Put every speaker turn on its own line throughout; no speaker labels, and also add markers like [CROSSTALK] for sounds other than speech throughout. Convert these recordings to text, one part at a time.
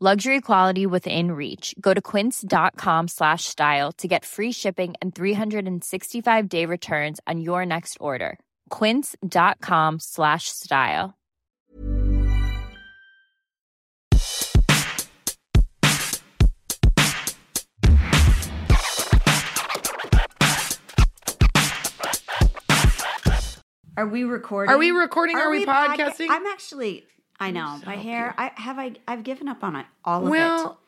Luxury quality within reach. Go to quince.com slash style to get free shipping and 365 day returns on your next order. Quince.com slash style.
Are we recording?
Are we recording? Are, we,
podca-
podcasting?
I'm actually. I know my hair. I have. I I've given up on it. All of
well,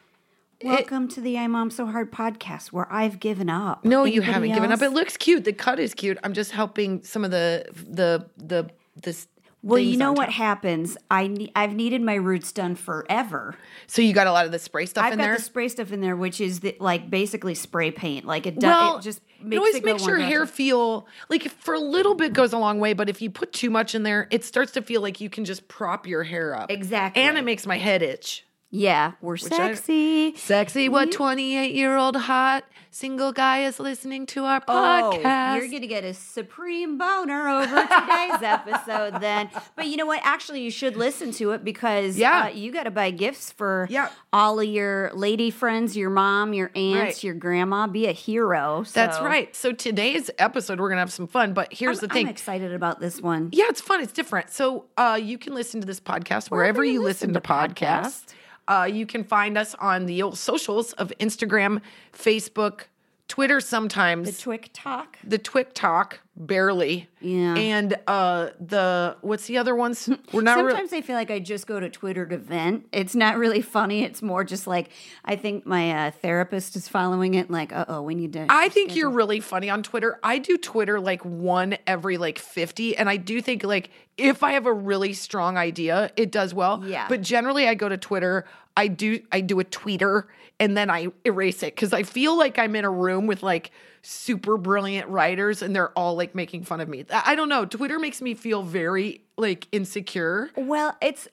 it. Welcome to the I'm so hard podcast where I've given up.
no, you
Anybody
haven't given up.
else?
It looks cute. The cut is cute. I'm just helping some of the the the this.
Well, you
things
know
on
what
top.
happens. I ne- I've needed my roots done forever.
So you got a lot of the spray stuff
I've
in
got
there.
the spray stuff in there, which is the, like basically spray paint. Like it does.
well,
it just makes
it always
it go
makes
one
your hair
direction.
feel like if for a little bit goes a long way, but if you put too much in there, it starts to feel like you can just prop your hair up.
Exactly.
And it makes my head itch.
yeah, we're
I-
sexy.
Sexy, what
Mm-hmm.
28 year old hot single guy is listening to our
Oh, you're going to get a supreme boner over today's episode then. [LAUGHS] But you know what? Actually, you should listen to it because
Yeah.
uh, you got to buy gifts for
Yeah.
all of your lady friends, your mom, your aunts,
Right.
your grandma. Be a hero.
That's
So
right. So today's episode, we're going to have some fun, but here's
I'm,
the thing.
I'm excited about this one.
Yeah, it's fun. It's different. So uh, you can listen to this podcast wherever, you listen, to podcasts. Uh, you can find us on the old socials of Instagram, Facebook, Twitter sometimes,
The Twick Talk.
the TikTok, barely.
Yeah.
And uh, the, what's the other ones? We're not really.
Sometimes I feel like I just go to Twitter to vent. It's not really funny. It's more just like I think my uh, therapist is following it. Like, uh oh, we need to.
I think you're really funny on Twitter. I do Twitter like one every like 50. And I do think like if I have a really strong idea, it does well.
Yeah.
But generally I go to Twitter, I do I do a tweeter and then I erase it because I feel like I'm in a room with like super brilliant writers and they're all like making fun of me. I I don't know. Twitter makes me feel very like insecure.
Well, it's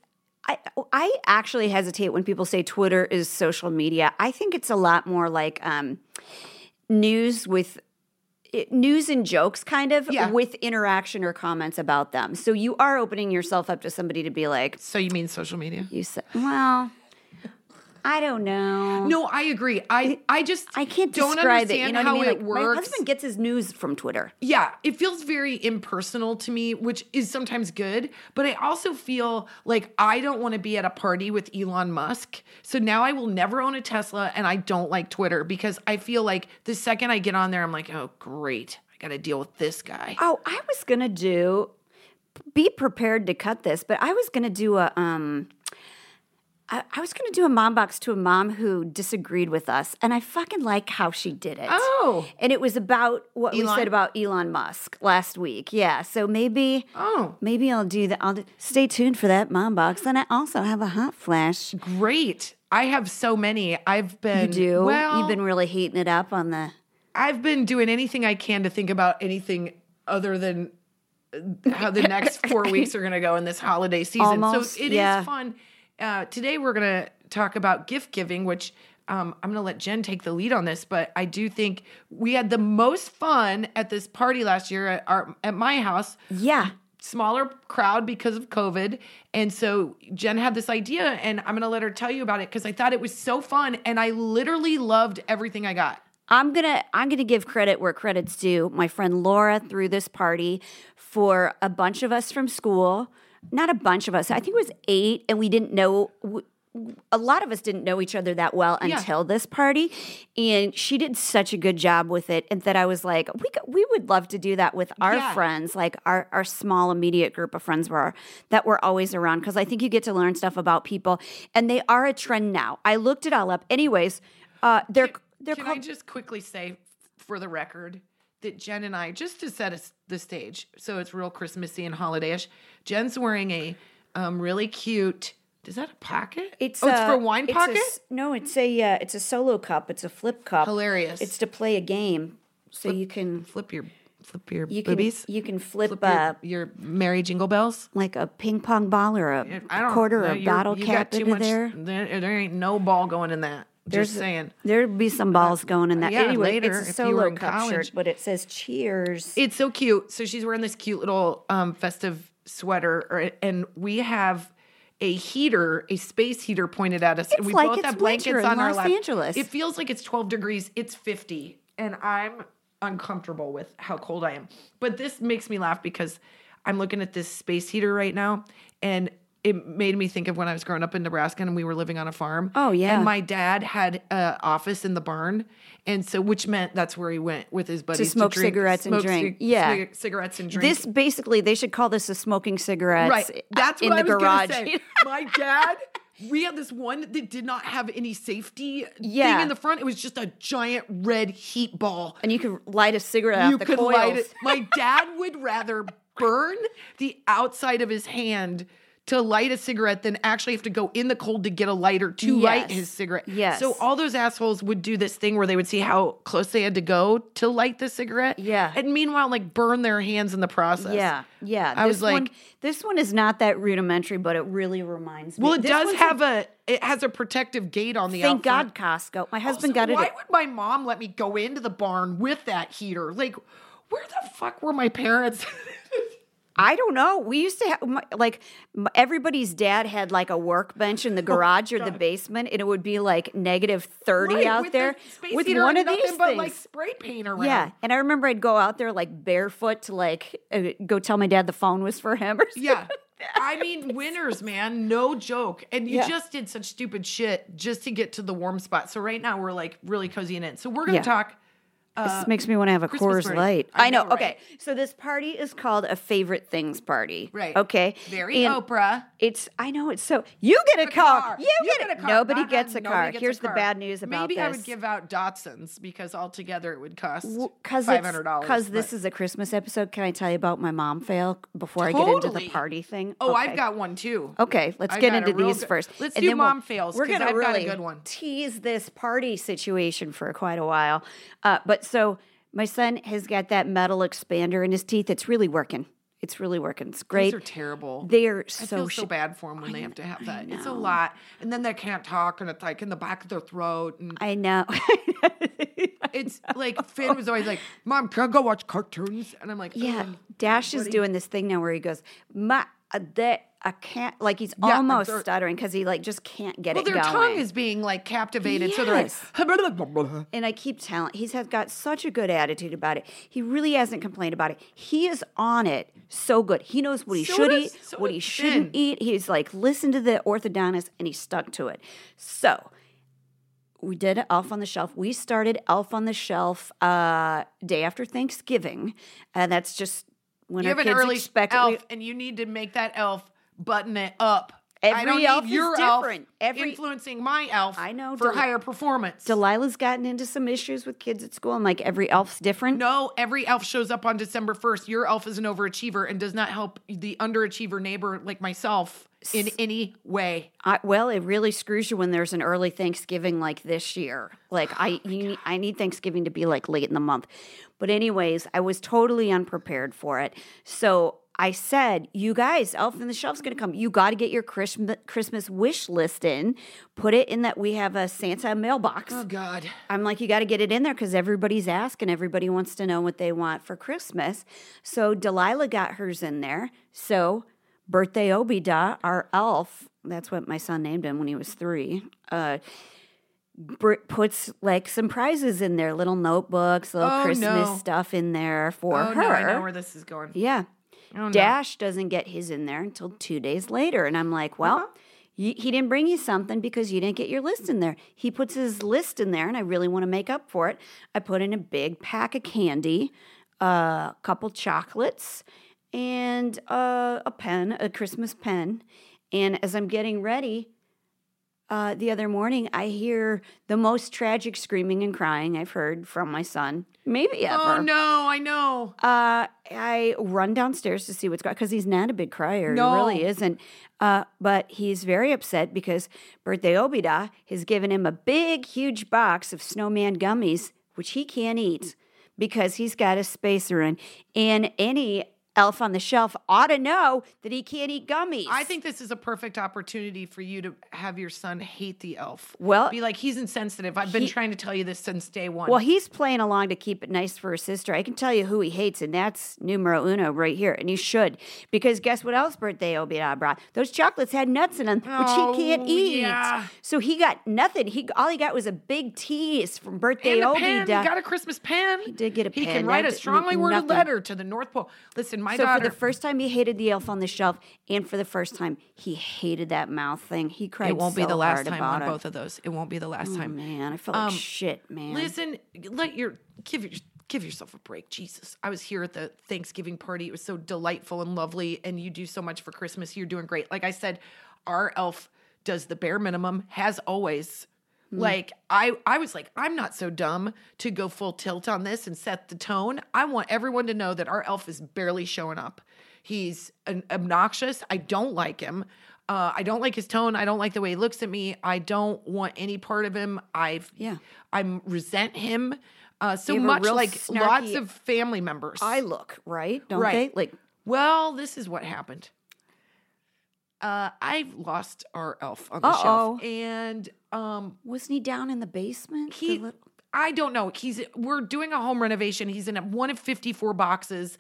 I I actually hesitate when people say Twitter is social media. I think it's a lot more like um news with it, news and jokes kind of
Yeah.
with interaction or comments about them. So you are opening yourself up to somebody to be like
So you mean social media?
you said, well, I don't know.
No, I agree. I I just
I can't
don't
describe
understand
it. You know
how
what I mean?
it
like,
works.
My husband gets his news from Twitter.
Yeah, it feels very impersonal to me, which is sometimes good, but I also feel like I don't want to be at a party with Elon Musk. So now I will never own a Tesla and I don't like Twitter because I feel like the second I get on there, I'm like, oh, great. I got to deal with this guy.
Oh, I was gonna do. Be prepared to cut this, but I was gonna do a um. I, I was gonna do a mom box to a mom who disagreed with us, and I fucking like how she did it.
Oh.
and it was about what we
Elon?
said about Elon Musk last week. Yeah, so maybe.
Oh,
Maybe I'll do that. I'll do, stay tuned for that mom box. And I also have a hot flash.
great. I have so many. I've been.
You do.
Mm, Well,
You've been really heating it up on the.
I've been doing anything I can to think about anything other than uh, how the next
[LAUGHS]
four weeks are going to go in this holiday season.
Almost,
so it is
yeah.
fun. Uh, today we're going to talk about gift giving, which um, I'm going to let Jen take the lead on this, but I do think we had the most fun at this party last year at, our, at my house
Yeah.
smaller crowd because of COVID. And so Jen had this idea, and I'm going to let her tell you about it because I thought it was so fun. And I literally loved everything I got.
I'm gonna I'm gonna give credit where credit's due. My friend Laura threw this party for a bunch of us from school. Not a bunch of us. I think it was eight, and we didn't know. w- A lot of us didn't know each other that well
Yeah.
until this party, and she did such a good job with it. And that I was like, we could, we would love to do that with our
Yeah.
friends, like our our small immediate group of friends were that were always around because I think you get to learn stuff about people, and they are a trend now. I looked it all up. Anyways, uh, they're they're
Can
called.
I just quickly say, for the record, that Jen and I, just to set us the stage, so it's real Christmassy and holiday-ish. Jen's wearing a um, really cute. Is that a pocket?
It's
oh, it's
a-
for wine
it's a
pocket.
s- no, it's a uh, it's a solo cup. It's a flip cup.
Hilarious.
It's to play a game. So you can
Flip your flip your
you can
boobies.
you can flip,
flip your-
up
your, Mary Jingle Bells.
like a ping pong ball or a
I don't
quarter
know,
or a
you're-
bottle
you
cap
got too
into
much,
there.
there. There ain't no ball going in that. Just saying.
There'd be some balls going in that.
Uh, yeah,
anyway,
later,
it's a
if you were
solo
in
cup shirt,
college.
but it says Cheers.
It's so cute. So she's wearing this cute little um, festive sweater, or- and we have a heater, a space heater pointed at us. and
It's
we
like
both
it's
have blankets
winter in
on our
Los
lap.
Angeles.
It feels like it's 12 degrees. It's 50, and I'm uncomfortable with how cold I am. But this makes me laugh because I'm looking at this space heater right now, and it made me think of when I was growing up in Nebraska and we were living on a farm.
Oh, yeah.
and my dad had an office in the barn, and so which meant that's where he went with his buddies
smoke
drink-
cigarettes and
smoke
drink.
cig-
Yeah.
cig- cigarettes and drink.
This basically, they should call this a smoking cigarette.
right. That's
in
what
the
I was gonna
garage.
Say. My dad, we had this one that did not have any safety
Yeah.
thing in the front. It was just a giant red heat ball.
[LAUGHS] and you could light a cigarette out
you
the
could
coils.
light it. My dad would rather burn the outside of his hand to light a cigarette than actually have to go in the cold to get a lighter to light
Yes.
his cigarette.
Yes.
So all those assholes would do this thing where they would see how close they had to go to light the cigarette.
Yeah.
And meanwhile, like burn their hands in the process.
Yeah, yeah.
I was
one,
like-
this one is not that rudimentary, but it really reminds me.
Well, it
This
does
one's a-
have a, it has a protective gate on the
Thank
out front.
God, Costco. My husband got it.
Oh, Why
at-
would my mom let me go into the barn with that heater? Like, where the fuck were my parents? [LAUGHS]
I don't know. We used to have my, like m- everybody's dad had like a workbench
Oh,
in the garage or the basement, and it would be like negative thirty
Right,
out
with
there
the space
with
heater
one of
and
these
nothing
things.
but like spray paint around.
yeah,
[LAUGHS]
and I remember I'd go out there like barefoot to like uh, go tell my dad the phone was for him. Or something.
Yeah. I mean, winners, man, no joke. And you
Yeah.
just did such stupid shit just to get to the warm spot. So right now we're like really cozying in. So we're gonna
Yeah.
talk.
This makes me want to have a
Uh,
Coors
Christmas party.
Light. I,
I
know.
know, right?
Okay, so this party is called a favorite things party.
Right.
Okay.
Very
And
Oprah.
It's. I know. It's so. You get a
The
car.
car.
You, get, it.
a car.
Nobody
Nah, nah,
gets a
nobody
car.
gets a
Here's the
car.
bad news about
Maybe
this.
I would give out Dotsons because altogether it would cost
because
five hundred dollars.
Because this is a Christmas episode. Can I tell you about my mom fail before I get into the
Totally.
party thing? Okay.
Oh,
Oh,
I've got one too.
Okay, let's
I've
get
got a
into
real
these
good-
first.
let's
and
do
then
mom fails, 'cause
gonna
I've got a good one.
tease this party situation for quite a while. Uh, but so my son has got that metal expander in his teeth. It's really working. It's really working. It's great.
These are terrible.
They are
I
so,
feel
sh-
so bad for them when they have to have that. It's a lot, and then they can't talk, and it's like in the back of their throat, and
I know. [LAUGHS]
it's like Finn was always like, "Mom, can I go watch cartoons?" And I'm like, [LAUGHS] "Um,
yeah,
"Ugh."
Dash is doing this thing now where he goes, "My uh, that I can't." Like he's
I'm
almost
sorry.
stuttering because he like just can't get
Well,
it
their
going.
tongue is being like captivated, so they're like,
Yes.
"Hubba-da-da-da-da."
and I keep telling he's has got such a good attitude about it. He really hasn't complained about it. He is on it so good. He knows what he
So
should
does-
eat,
so
what he
does
shouldn't
Ben.
eat. He's like listen to the orthodontist and he stuck to it. So we did Elf on the Shelf. We started Elf on the Shelf uh, day after Thanksgiving, and that's just when
you
our
have an
kids
early
expect
elf, and you need to make that elf button it up. I
Every
don't
elf
need
is
your
different.
elf
Every-
influencing my elf.
I know,
for
Del-
higher performance.
Delilah's gotten into some issues with kids at school. I'm like, every elf's different.
No, every elf shows up on December 1st. Your elf is an overachiever and does not help the underachiever neighbor like myself in any way.
I, well, it really screws you when there's an early Thanksgiving like this year. Like I, you, I need Thanksgiving to be like late in the month. But anyways, I was totally unprepared for it. So I said, "You guys, Elf on the Shelf's going to come. You got to get your Christmas Christmas wish list in. Put it in that we have a Santa mailbox."
Oh, God.
I'm like, you got to get it in there because everybody's asking. Everybody wants to know what they want for Christmas. So Delilah got hers in there. So birthday Obida, our elf, that's what my son named him when he was three, uh, br- puts like some prizes in there, little notebooks, little
Oh,
Christmas
no.
stuff in there for
oh,
her.
no, I know where this is going.
Yeah.
Oh, no.
Dash doesn't get his in there until two days later. And I'm like, well,
Uh-huh.
you, he didn't bring you something because you didn't get your list in there. He puts his list in there, and I really want to make up for it. I put in a big pack of candy, uh, a couple chocolates, and uh, a pen, a Christmas pen. And as I'm getting ready, uh, the other morning, I hear the most tragic screaming and crying I've heard from my son, maybe ever.
Oh, no, I know.
Uh, I run downstairs to see what's going because he's not a big crier. He
No.
really isn't. Uh, but he's very upset because birthday Obida has given him a big, huge box of snowman gummies, which he can't eat because he's got his spacer in. And any elf on the shelf ought to know that he can't eat gummies.
I think this is a perfect opportunity for you to have your son hate the elf.
Well-
be like he's insensitive. I've been
He-
trying to tell you this since day one.
Well, he's playing along to keep it nice for his sister. I can tell you who he hates, and that's numero uno right here. And he should, because guess what else birthday Obida brought? Those chocolates had nuts in them, which
Oh,
he can't eat.
yeah.
So he got nothing. He all he got was a big tease from birthday
and a
Obida.
pen. He got a Christmas pen. He
did get a
He
pen.
can write
That
a
didn't-
strongly worded
nothing.
letter to the North Pole. Listen, my
so
daughter.
for the first time, he hated the elf on the shelf, and for the first time, he hated that mouth thing. He cried.
it won't be
so
the last
hard
time
about
on
it.
both of Um, those. It won't be the last
Oh,
time.
man, I felt like shit, man.
Listen, let your give your give yourself a break. Jesus. I was here at the Thanksgiving party. It was so delightful and lovely and you do so much for Christmas. You're doing great. Like I said, our elf does the bare minimum has always. Like I I was like I'm not so dumb to go full tilt on this and set the tone. I want everyone to know that our elf is barely showing up. He's an obnoxious. I don't like him. Uh, I don't like his tone. I don't like the way he looks at me. I don't want any part of him. I've
Yeah.
I'm resent him uh, so
They have a
much.
real
Like lots
snarky-
of family members.
I look right, don't
Right.
they? Like
well, this is what happened. Uh, I lost our elf on the
Uh-oh.
shelf, and um,
Wasn't he down in the basement? The
he.
lit-
I don't know. He's we're doing a home renovation. He's in one of 54 boxes.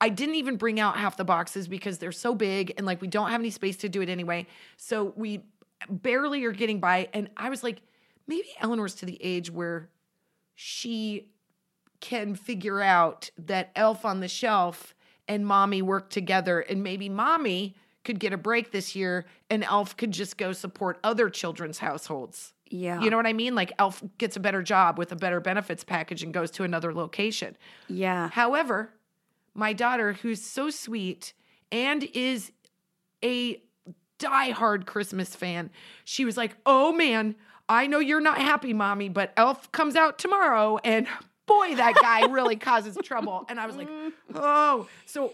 I didn't even bring out half the boxes because they're so big and like we don't have any space to do it anyway. So we barely are getting by and I was like maybe Eleanor's to the age where she can figure out that Elf on the Shelf and Mommy work together, and maybe Mommy could get a break this year, and Elf could just go support other children's households.
yeah.
You know what I mean? Like Elf gets a better job with a better benefits package and goes to another location.
Yeah.
However, my daughter, who's so sweet and is a diehard Christmas fan, she was like, Oh man, I know you're not happy, mommy, but Elf comes out tomorrow and boy, that guy really causes trouble. And I was like, Oh, so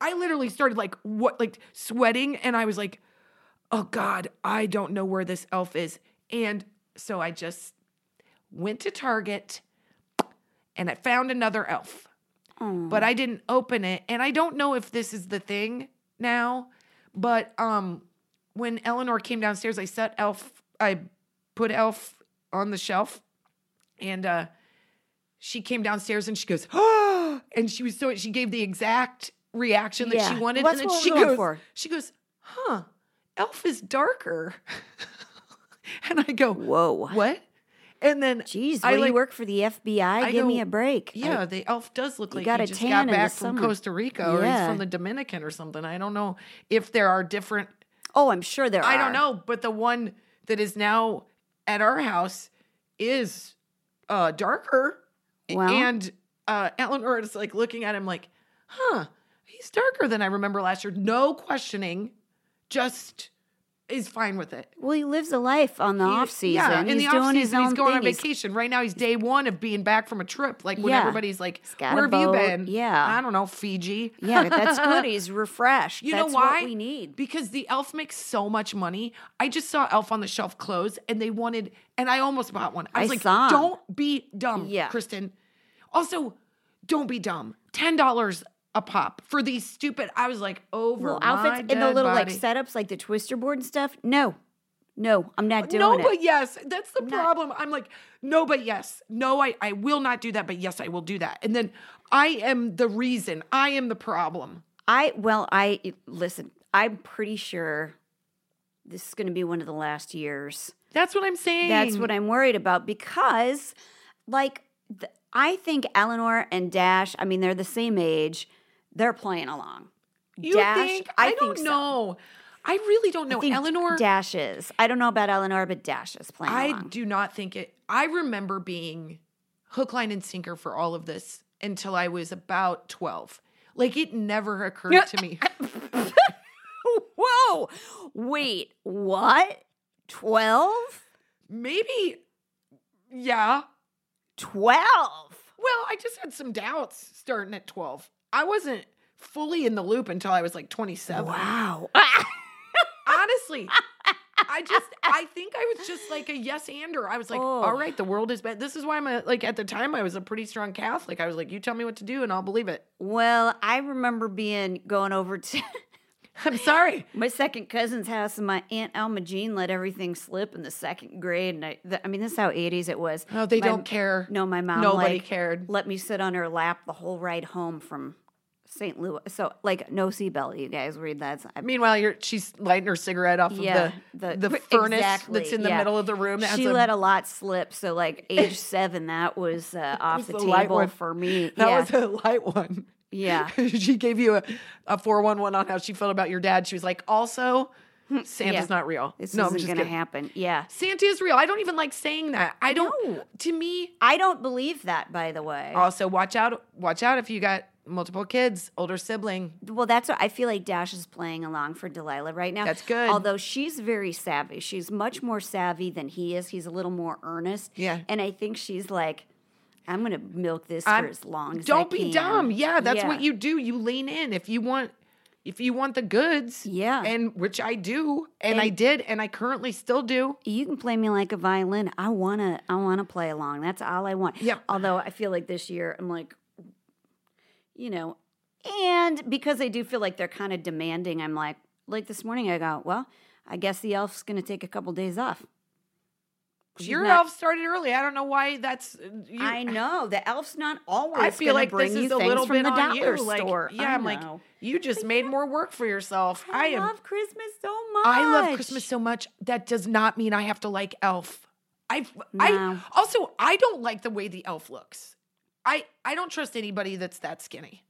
I literally started like, what, like sweating. And I was like, Oh God, I don't know where this elf is. And so I just went to Target and I found another elf
Oh.
but I didn't open it. And I don't know if this is the thing now, but um, when Eleanor came downstairs, I set Elf, I put Elf on the shelf, and uh, she came downstairs and she goes, [GASPS] oh, and she was so she gave the exact reaction that
Yeah.
she wanted,
Well, that's
and then
what
she
we're going
goes,
for.
she goes, huh, Elf is darker, [LAUGHS] and I go,
Whoa.
what? And then
Jeez,
I
well,
like-
you work for the FBI. Give me
go,
a break. I-
yeah, the elf does look like
got
he
a
just
tan in
got
the
back from
summer.
Costa Rica or he's
Yeah.
from the Dominican or something. I don't know if there are different.
oh, I'm sure there are.
I don't know, but the one that is now at our house is uh, darker.
Well.
and uh, Eleanor is like looking at him like, huh, he's darker than I remember last year. No questioning, just is fine with it.
Well, he lives a life on the
He-
off season.
Yeah, in
he's
the
doing
off season,
his own
he's going
thing.
on vacation. Right now, he's day one of being back from a trip. Like when
Yeah.
everybody's like,
got a
"Where have you
boat.
been?"
Yeah.
I don't know, Fiji.
He's, yeah,
[LAUGHS]
that's good. He's refreshed.
You
that's
know why?
what we need.
because the Elf makes so much money. I just saw Elf on the Shelf clothes, and they wanted, and I almost bought one. I was
I
like,
saw 'em.
"Don't be dumb,
Yeah.
Kristen." Also, don't be dumb. Ten dollars a pop for these stupid. I was like, over
Well,
my
outfits and the
dead
little like
body.
setups, like the twister board and stuff. No, no, I'm not doing
no,
it.
but yes. That's the
not-
problem. I'm like, no, but yes. No, I, I will not do that, but yes, I will do that. And then I am the reason. I am the problem.
I well, I listen. I'm pretty sure this is going to be one of the last years
That's what I'm saying.
That's what I'm worried about because, like, th- I think Eleanor and Dash, I mean, they're the same age. They're playing along.
you
Dash,
think. I,
I think
don't
so.
know. I really don't know.
I think
Eleanor,
Dash is. I don't know about Eleanor, but Dash is playing
I
along.
do [LAUGHS] not think it. I remember being hook, line, and sinker for all of this until I was about 12. Like it never occurred
[LAUGHS]
to me.
Whoa! Wait, what? 12?
Maybe, yeah.
12?
Well, I just had some doubts starting at 12. I wasn't fully in the loop until I was like 27.
Wow.
Honestly,
[LAUGHS]
I just, I think I was just like a yes ander. I was like,
Oh.
all right, the world is bad. This is why I'm a, like, at the time, I was a pretty strong Catholic. I was like, you tell me what to do and I'll believe it. [LAUGHS]
Well, I remember being going over to
I'm sorry.
my second cousin's house, and my aunt Alma Jean let everything slip in the second grade. And I, th I mean, this is how '80s it was.
No, they
My-
don't care.
No, my mom.
Nobody
like,
cared.
Let me sit on her lap the whole ride home from St. Louis. So, like, no seatbelt. You guys read that? I
Meanwhile, you're she's lighting her cigarette off
yeah,
of the the,
the-
furnace
exactly,
that's in the
yeah.
middle of the room. That
she
has a-
let a lot slip. So, like, age
[LAUGHS]
seven, that was uh, off
was
the,
the light
table
one.
for me.
that
yeah,
was a light one.
yeah.
[LAUGHS] she gave you a, a 411 on how she felt about your dad. She was like, also, Santa's
Hmm, Yeah.
not real.
This
no, I'm
isn't
just
going to
kidding.
happen. Yeah,
Santa is real. I don't even like saying that. I don't.
No.
To me,
I don't believe that. By the way,
also watch out. Watch out if you got multiple kids, older sibling.
Well, that's what I feel like Dash is playing along for Delilah right now.
That's good.
Although she's very savvy. She's much more savvy than he is. He's a little more earnest.
Yeah.
And I think she's like, I'm going to milk this
I'm-
for as long as I
Don't be
can.
dumb. Yeah, that's what
Yeah.
you do. You lean in if you want. If you want the goods,
Yeah.
and which I do, and, I
And-
did, and I currently still do.
You can play me like a violin. I want to I want to play along. That's all I want.
Yeah.
Although I feel like this year I'm like you know, and because I do feel like they're kind of demanding, I'm like like this morning I go, well, I guess the elf's going to take a couple days off. She's
Your
not-
elf started early. I don't know why that's. You,
I know the elf's not always.
I feel
gonna
like
bring
this
you
is a
things
little
from
bit
the
on
dollar
you. Like,
store.
yeah,
I
I'm like,
know.
you just made more work for yourself.
I,
I, am.
love Christmas so much.
I love Christmas so much. That does not mean I have to like Elf. I I
No.
also I don't like the way the Elf looks. I I don't trust anybody that's that skinny.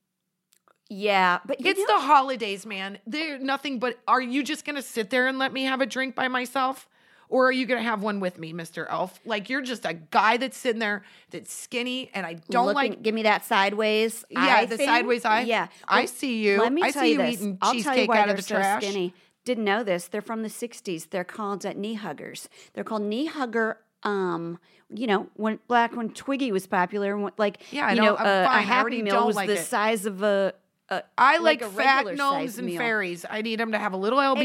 Yeah, but you
It's
know,
the holidays, man. They're nothing but. Are you just gonna sit there and let me have a drink by myself? Or are you gonna have one with me, Mr. Elf? Like you're just a guy that's sitting there that's skinny, and I don't
looking-
like
Give me that sideways.
Yeah,
eye
the
thing.
sideways eye.
Yeah,
I
Well,
see you.
Let me
I
tell
see
you
you
this.
eating
I'll tell you
cheesecake
why
out
they're
of the
so
trash.
Skinny. Didn't know this. They're from the '60s. They're called uh, knee huggers. They're called knee hugger. Um, you know, when black when Twiggy was popular, and when, like
Yeah, I
you
don't-
know, uh,
I'm
a-
fine. I
a Happy
already
Meal
don't
was
like
the
it.
size of a. a
I like,
like a
fat
regular
gnomes
size
and
meal.
fairies. I need them to have a little LBs on them.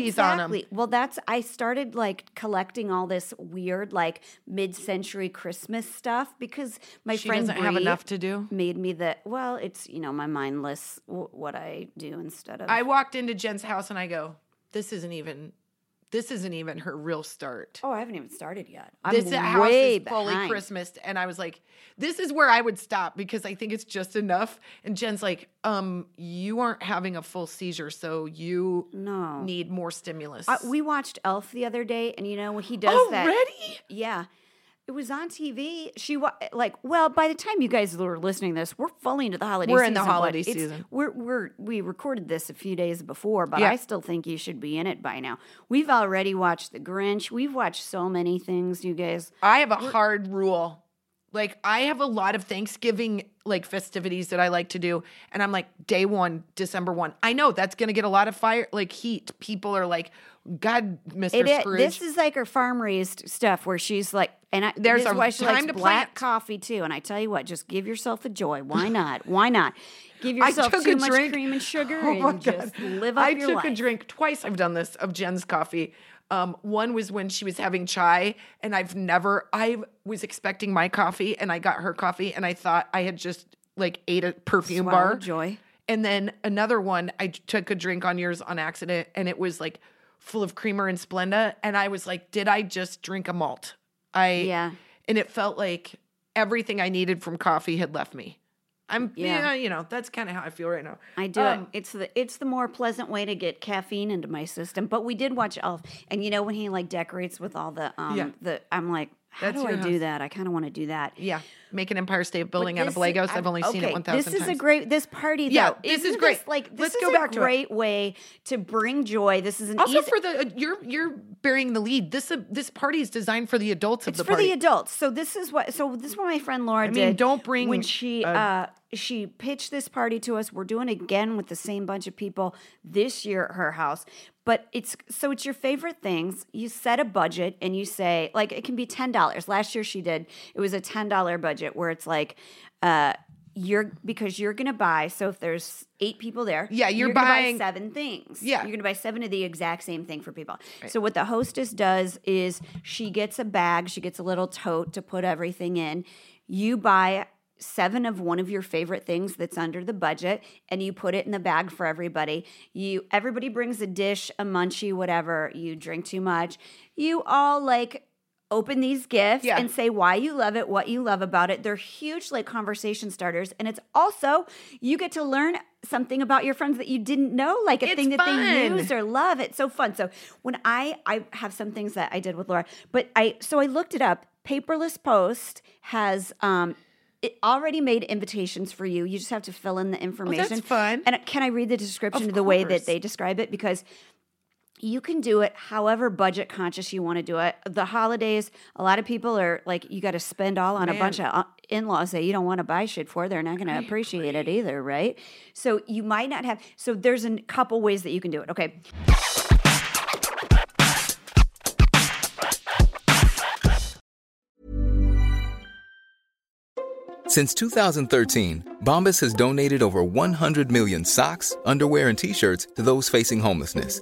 Exactly. Well, that's I started like collecting all this weird like mid-century Christmas stuff because my
She
friend
doesn't have
Bree
enough to do.
made me the well, it's you know my mindless w- what I do instead of
I walked into Jen's house and I go, "This isn't even. This isn't even her real start.
oh I haven't even started yet. I'm
this house
way
is fully
behind.
Christmased." And I was like, "This is where I would stop because I think it's just enough." And Jen's like, "Um, you aren't having a full seizure, so you
No,
need more stimulus."
Uh, we watched Elf the other day, and you know when he does that.
already.
Yeah. It was on TV. She wa- like, well, by the time you guys were listening to this, we're fully into the holiday
We're in
season.
the
but
holiday
it's-
season.
We're we're we recorded this a few days before, but
Yeah.
I still think you should be in it by now. We've already watched The Grinch. We've watched so many things, you guys.
I have a hard rule. Like I have a lot of Thanksgiving like festivities that I like to do, and I'm like day one, December one. I know that's gonna get a lot of fire, like heat. People are like, "God, Mister
It is-
Scrooge."
this is like her farm raised stuff where she's like, and I,
There's
this is
a
why she
time
likes
to
black
plant.
coffee too. And I tell you what, just give yourself a joy.
[LAUGHS]
Why not? Why not? Give
I
yourself
took
too
a
much
drink.
cream and sugar
Oh my
and just
God.
live up
I
your
took
life.
a drink twice. I've done this of Jen's coffee. Um, one was when she was having chai, and I've never. I was expecting my coffee, and I got her coffee, and I thought I had just like ate a perfume
Swallow
bar.
joy.
And then another one, I took a drink on yours on accident, and it was like full of creamer and Splenda, and I was like, did I just drink a malt? I
Yeah.
and it felt like everything I needed from coffee had left me. I'm
Yeah.
yeah, you know that's kind of how I feel right now.
I do
Um,
it. It's the it's the more pleasant way to get caffeine into my system. But we did watch Elf, and you know when he like decorates with all the um
Yeah.
the I'm like, how
That's
do I
your
do
house.
that? I kind of want to do that.
Yeah, make an Empire State
But
Building out of
this is-
Legos. I've
I'm-
only seen it
okay,
one thousand
This is
times.
a great this party.
Yeah,
though,
this is
isn't
great.
like this
Let's
is
go
a
back to it.
great way to bring joy. This is an
also
easy,
for the uh, you're you're bearing the lead. This uh, this party is designed for the adults of
it's
the
for
party.
the adults. So this is what. So this is what my friend Laura
mean,
did.
don't bring,
when she
uh,
uh, she pitched this party to us. We're doing it again with the same bunch of people this year at her house. But it's so it's your favorite things. You set a budget and you say like it can be ten dollars. Last year she did. It was a ten dollar budget where it's like. Uh, you're because you're gonna buy. So if there's eight people there,
Yeah, you're
gonna
buying-
buy seven things.
Yeah.
you're gonna buy seven of the exact same thing for people. So what the hostess does is she gets a bag, she gets a little tote to put everything in. You buy seven of one of your favorite things that's under the budget and you put it in the bag for everybody you everybody brings a dish a munchie whatever you drink too much you all like open these gifts
Yeah.
and say why you love it, what you love about it. They're huge like conversation starters and it's also you get to learn something about your friends that you didn't know, like a
It's
thing that they
fun.
use or love. It's so fun. So when I I have some things that I did with Laura, but I so I looked it up. Paperless Post has um it already made invitations for you. You just have to fill in the information.
Oh, fun.
And can I read the description
Of
of the way
course.
that they describe it? Because you can do it however budget conscious you want to do it. The holidays, a lot of people are like, you got to spend all on a bunch of uh, in laws that you don't want to buy shit for. They're not going to appreciate it either, right? So you might not have. So there's a couple ways that you can do it. Okay.
Since 2013, Bombas has donated over 100 million socks, underwear, and t shirts to those facing homelessness.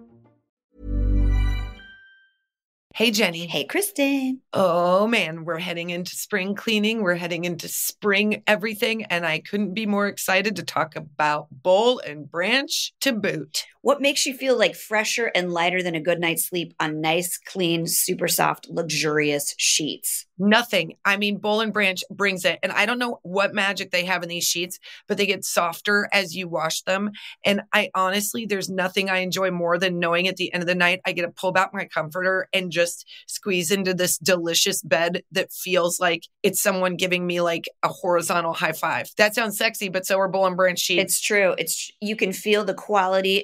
Hey, Jenny.
Hey, Kristen.
Oh, man. We're heading into spring cleaning. We're heading into spring everything. And I couldn't be more excited to talk about bowl and branch to boot.
What makes you feel like fresher and lighter than a good night's sleep on nice, clean, super soft, luxurious sheets?
Nothing. I mean, Bowl and Branch brings it. And I don't know what magic they have in these sheets, but they get softer as you wash them. And I honestly, there's nothing I enjoy more than knowing at the end of the night, I get to pull back my comforter and just squeeze into this delicious bed that feels like it's someone giving me like a horizontal high five. That sounds sexy, but so are Bowl and Branch sheets.
It's true. It's you can feel the quality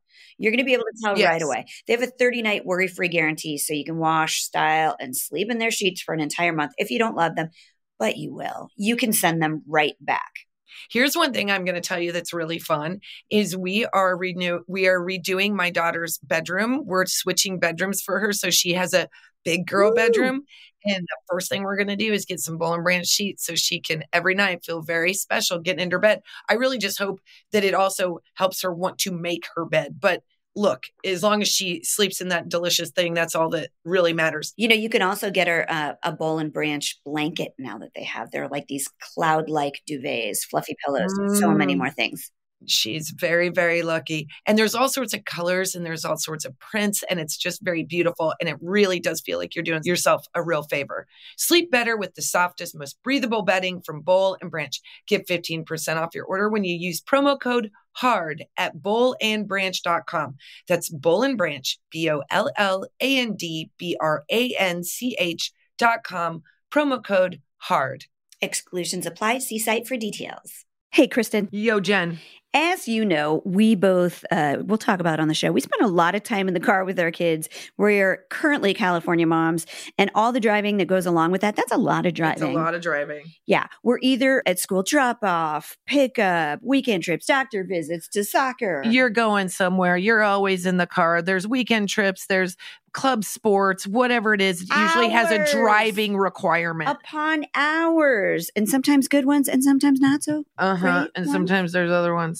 You're going to be able to tell
Yes.
right away. They have a 30 night worry free guarantee, so you can wash, style, and sleep in their sheets for an entire month if you don't love them, but you will. You can send them right back.
Here's one thing I'm going to tell you that's really fun is we are renew we are redoing my daughter's bedroom. We're switching bedrooms for her so she has a big girl bedroom and the first thing we're going to do is get some Bowl and Branch sheets so she can every night feel very special getting into her bed. I really just hope that it also helps her want to make her bed. But look, as long as she sleeps in that delicious thing, that's all that really matters.
You know, you can also get her uh, a bowl and branch blanket now that they have. They're like these cloud like duvets, fluffy pillows, and so many
Mm.
more things.
she's very very lucky and there's all sorts of colors and there's all sorts of prints and it's just very beautiful and it really does feel like you're doing yourself a real favor sleep better with the softest most breathable bedding from bowl and branch get 15% off your order when you use promo code hard at bowlandbranch.com that's bowl and branch b-o-l-l-a-n-d-b-r-a-n-c-h dot com promo code hard
Exclusions apply. See site for details.
Hey, Kristen.
yo jen
As you know, we both, uh, we'll talk about on the show, we spend a lot of time in the car with our kids. We're currently California moms, and all the driving that goes along with that, that's a lot of
it's
driving.
a lot of driving
yeah. We're either at school drop off, pickup, weekend trips, doctor visits to soccer.
You're going somewhere. You're always in the car. There's weekend trips. There's club sports. Whatever it is, it usually has a
Hours.
driving requirement.
upon hours, and sometimes good ones, and sometimes not so.
Uh huh.
great
And
Uh-huh,
one.
sometimes there's other ones.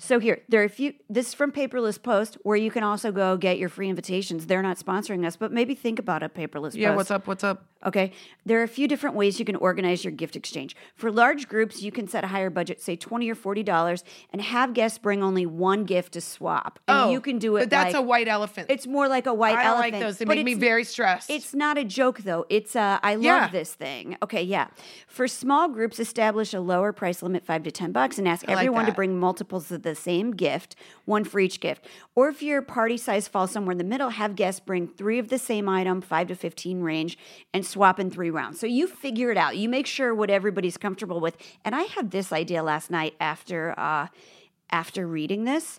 So here, there are a few. This is from Paperless Post, where you can also go get your free invitations. They're not sponsoring us, but maybe think about a Paperless Post.
up? What's up?
Okay. There are a few different ways you can organize your gift exchange. For large groups, you can set a higher budget, say twenty or forty dollars, and have guests bring only one gift to swap. And you can do it.
Oh, But that's
like-
a white elephant.
It's more like a white
I
elephant.
like those. They
but
make me
it's-
very stressed.
It's not a joke though. It's uh, I love
Yeah.
this thing. Okay, yeah. For small groups, establish a lower price limit, five to ten bucks, and ask
like
everyone to
that.
bring multiples of the same gift, one for each gift. Or if your party size falls somewhere in the middle, have guests bring three of the same item, five to fifteen range, and swap in three rounds. So you figure it out. You make sure what everybody's comfortable with. And I had this idea last night after uh, after reading this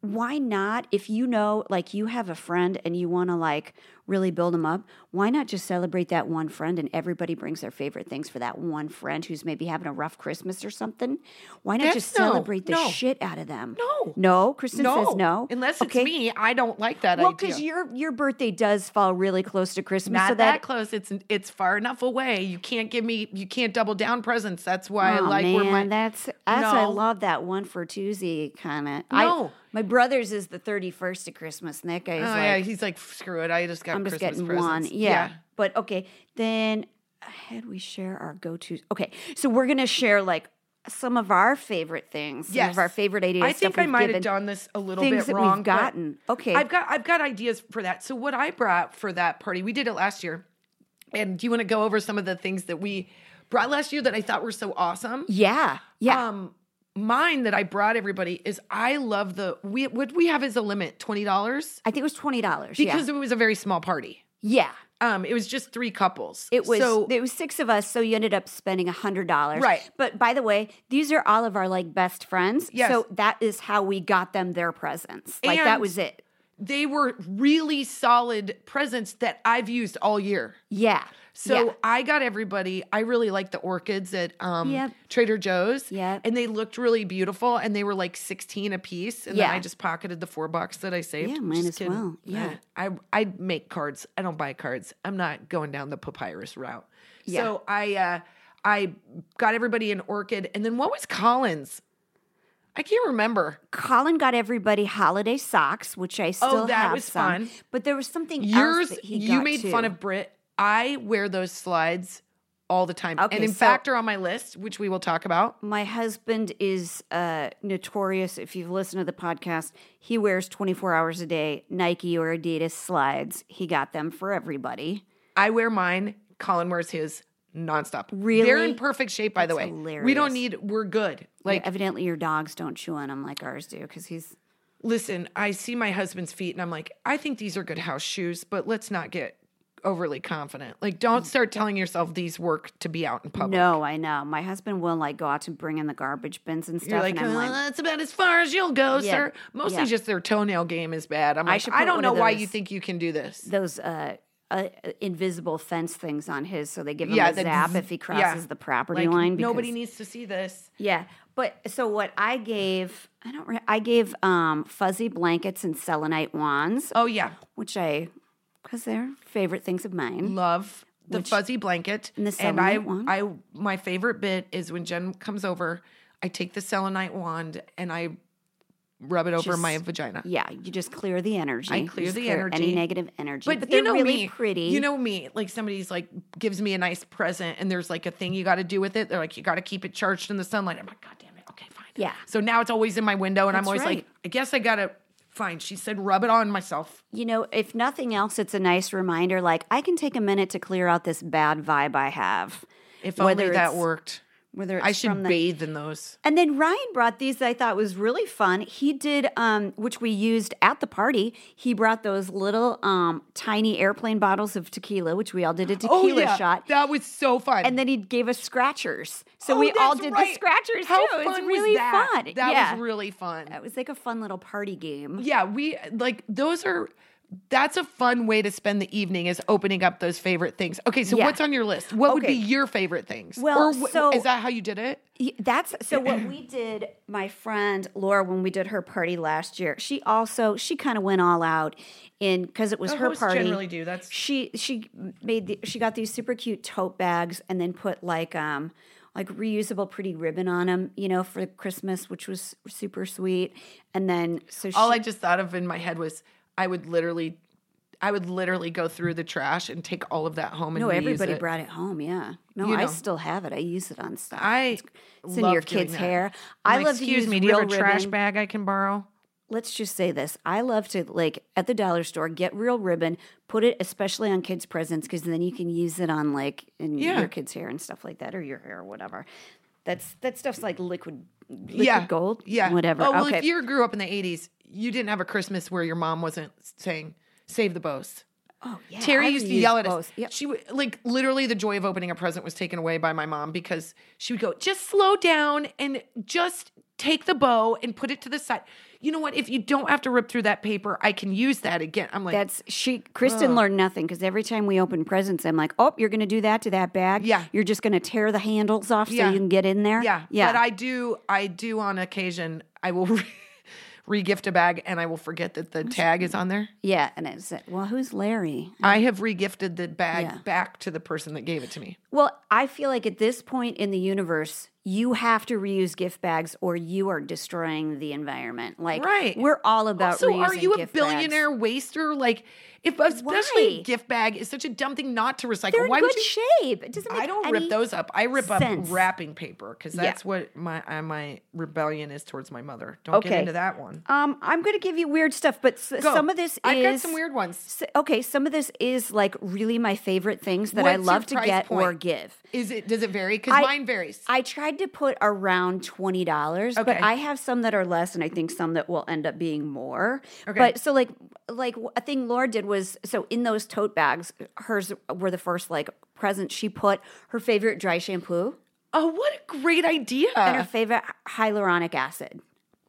why not if you know like you have a friend and you want to like really build them up why not just celebrate that one friend and everybody brings their favorite things for that one friend who's maybe having a rough christmas or something why not
That's
just
no,
celebrate the
no.
shit out of them
No.
no kristen
no.
says no
Unless it's
Okay.
me, I don't like that
well
idea.
because your your birthday does fall really close to christmas
not
so
that, close. It's it's far enough away. You can't give me. You can't double down presents. That's why I
Oh,
like where my
man, that's that's I
No.
love that one for Tuesday kind of.
No.
my brother's is the thirty first of Christmas. And that guy's
Oh,
like,
yeah, he's like, screw it. I just got.
I'm just
Christmas
getting
presents.
one. Yeah. But okay, then had we share our go tos? Okay, so we're gonna share like some of our favorite things, some
Yes.
of our favorite ideas.
I think
stuff
I
we've
might
given,
have done this a little
things
bit
that
wrong.
we've
but
gotten. Okay,
I've got I've got ideas for that. So what I brought for that party, we did it last year, and do you want to go over some of the things that we brought last year that I thought were so awesome?
yeah, yeah.
Um, mine that I brought everybody is I love the we what we have is a limit twenty dollars
I think it was twenty dollars.
because
yeah,
it was a very small party.
yeah.
Um, it was just three couples.
It was
so
it was six of us, so you ended up spending a hundred dollars.
Right.
But by the way, these are all of our like best friends.
Yes.
So that is how we got them their presents. Like that
And-
was it.
they were really solid presents that I've used all year.
Yeah.
So
Yeah.
I got everybody. I really like the orchids at um,
Yep.
Trader Joe's.
Yep.
and they looked really beautiful, and they were like sixteen a piece. And then I
Yeah.
just pocketed the four bucks that I saved.
Yeah, mine
Just
as well. Yeah.
I I make cards. I don't buy cards. I'm not going down the papyrus route. So I uh, I got everybody an orchid, and then what was Collins? I can't remember.
Colin got everybody holiday socks, which I still
Oh, that
have
was
some.
fun.
But there was something else
Yours,
that he
you
got,
made
too.
fun of Brit. I wear those slides all the time,
Okay,
and in
so-
fact, are on my list, which we will talk about.
My husband is uh, notorious. If you've listened to the podcast, he wears 24 hours a day Nike or Adidas slides. He got them for everybody.
I wear mine. Colin wears his nonstop. They're
Really?
in perfect shape, by the way.
That's
We don't
hilarious.
need. We're good.
Like,
Like,
evidently, your dogs don't chew on them like ours do because he's
listen. I see my husband's feet, and I'm like, I think these are good house shoes, but let's not get overly confident. Like, don't start telling yourself these work to be out in public.
no. I know my husband will like go out to bring in the garbage bins and stuff,
You're like,
and I'm
"Well,
like,
that's about as far as you'll go,
Yeah,
sir. Mostly
yeah.
just their toenail game is bad. I'm
I
like,
should
I,
put
don't
one of
know why you
those-
think you can do this.
those uh, uh, invisible fence things on his, so they give him
Yeah,
a
the
zap
zzz-
if he
yeah.
crosses the property
like,
line.
nobody
because-
needs to see this.
Yeah, but so what I gave, I don't, re- I gave um fuzzy blankets and selenite wands,
Oh yeah,
which I, because they're favorite things of mine.
love the
Which-
fuzzy blanket.
and the
I,
selenite wand?
I, my favorite bit is when Jen comes over. I take the selenite wand and I rub it over
Just-
my vagina.
Yeah, you just clear the energy.
I
You
clear
just
the
any
energy.
negative energy.
But,
But,
you
they're
know
really
me.
pretty.
You know me. Like somebody's like gives me a nice present, and there's like a thing you got to do with it. They're like, you got to keep it charged in the sunlight. I'm like, God damn it. Okay, fine.
Yeah.
So now it's always in my window, and I'm
That's
always like,
right.
I guess I gotta. Fine. She said, rub it on myself.
you know, if nothing else, it's a nice reminder. Like I can take a minute to clear out this bad vibe I have.
If
Whether
only that
it's-
worked.
Whether it's
I should
from the,
bathe in those.
And then Ryan brought these that I thought was really fun. He did, um, which we used at the party. He brought those little um, tiny airplane bottles of tequila, which we all did a tequila shot.
Oh, That was so fun.
and then he gave us scratchers. So
Oh,
we all
that's
did the
right.
scratchers
How
too.
Fun
it's really
was that?
fun.
That
yeah. Oh.
was really fun.
That was like a fun little party game.
Yeah, we like those are that's a fun way to spend the evening is opening up those favorite things. Okay, so
Yeah.
what's on your list? What would be
Okay.
your favorite things?
Well,
or wh-
so-
is that how you did it?
Y- That's so what
[CLEARS THROAT]
we did my friend Laura when we did her party last year. She also she kind of went all out in cuz it was
The
her
hosts
party.
generally do, that's-
She she made the, she got these super cute tote bags and then put like um like reusable pretty ribbon on them, you know, for Christmas, which was super sweet. And then so she
All I just thought of in my head was I would literally I would literally go through the trash and take all of that home and
No,
reuse
everybody
it.
brought it home. Yeah. No,
You
I
know.
still have it. I use it on stuff.
I
it's in your
love doing
kids'
that.
hair.
I'm
I
like,
love to
Excuse
use
me, do you
real
have a trash
ribbon.
bag I can borrow?
let's just say this i love to like at the dollar store get real ribbon put it especially on kids presents because then you can use it on like in
Yeah.
your kids hair and stuff like that or your hair or whatever that's that stuff's like liquid liquid
yeah.
gold
Yeah.
whatever
Oh well
okay
if you grew up in the eighties, you didn't have a Christmas where your mom wasn't saying, Save the bows.
oh, yeah, I
Terry used to
reuse
yell at us.
both. Yep.
She would like literally the joy of opening a present was taken away by my mom because she would go, just slow down and just take the bow and put it to the side. You know what? If you don't have to rip through that paper, I can use that again. I'm like,
That's she. Kristen learned nothing because every time we open presents, I'm like, "Oh, you're going to do that to that bag.
Yeah.
you're just going to tear the handles off
Yeah.
so you can get in there.
yeah,
yeah.
But I do, I do on occasion. I will [LAUGHS] re- regift a bag and I will forget that the tag is on there.
yeah." And it's well, who's Larry?
I have regifted the bag
Yeah.
back to the person that gave it to me.
Well, I feel like at this point in the universe, you have to reuse gift bags or you are destroying the environment. Like
Right.
we're all about
So
reusing
are you a
Oh, gift bags.
billionaire waster? Like, if especially
Why?
a gift bag is such a dumb thing not to recycle.
They're in
why
good
would you?
shape. It doesn't make
I don't
any
rip those up. I rip
sense.
up wrapping paper because
Yeah.
that's what my uh, my rebellion is towards my mother. Don't get
Okay.
into that one.
Um, I'm going to give you weird stuff, but s-
Go.
some of this
I've
is
got some weird ones.
s- okay, some of this is like really my favorite things that I
What's your
love to
price
get or
point?
give.
Is it? Does it vary? Because
I-
mine varies.
I tried to put around twenty dollars,
Okay.
but I have some that are less, and I think some that will end up being more.
Okay.
But so like like a thing Laura did was so in those tote bags, hers were the first like present she put her favorite dry shampoo
oh, what a great idea!
and her favorite hyaluronic acid,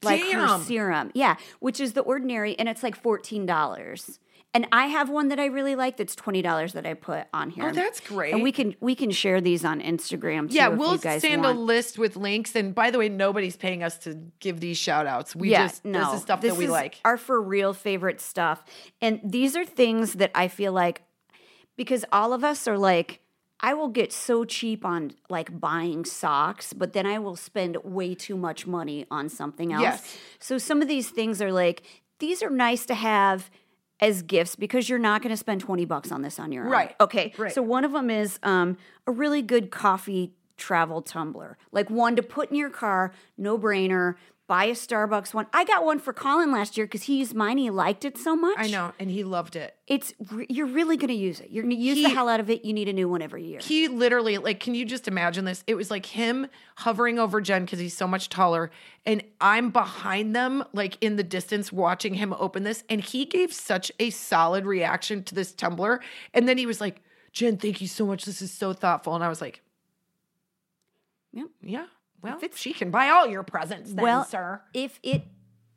like
Uh. Damn.
her serum. Yeah, which is the ordinary, and it's like fourteen dollars. And I have one that I really like that's twenty dollars that I put on here.
Oh, that's
And we
great.
can we can share these on Instagram. Too
yeah,
if
we'll
you guys
send
want.
a list with links. And by the way, nobody's paying us to give these shout outs. We just this is stuff that we
is
like.
Our for real favorite stuff. And these are things that I feel like because all of us are like, I will get so cheap on like buying socks, but then I will spend way too much money on something else.
Yes.
So some of these things are like, these are nice to have as gifts because you're not going to spend 20 bucks on this on your own.
Right.
Okay.
Right.
So one of them is um, a really good coffee travel tumbler, like one to put in your car, no brainer. Buy a Starbucks one. I got one for Colin last year because he used mine. He liked it so much.
I know, and he loved it.
It's re- you're really going to use it. You're going to use the
He-
hell out of it. You need a new one every year.
he literally like can you just imagine this it was like him hovering over jen because he's so much taller and i'm behind them like in the distance watching him open this and he gave such a solid reaction to this tumbler and then he was like jen thank you so much this is so thoughtful and i was like
Yep.
yeah well
If it's-
she can buy all your presents then
Well,
sir
if it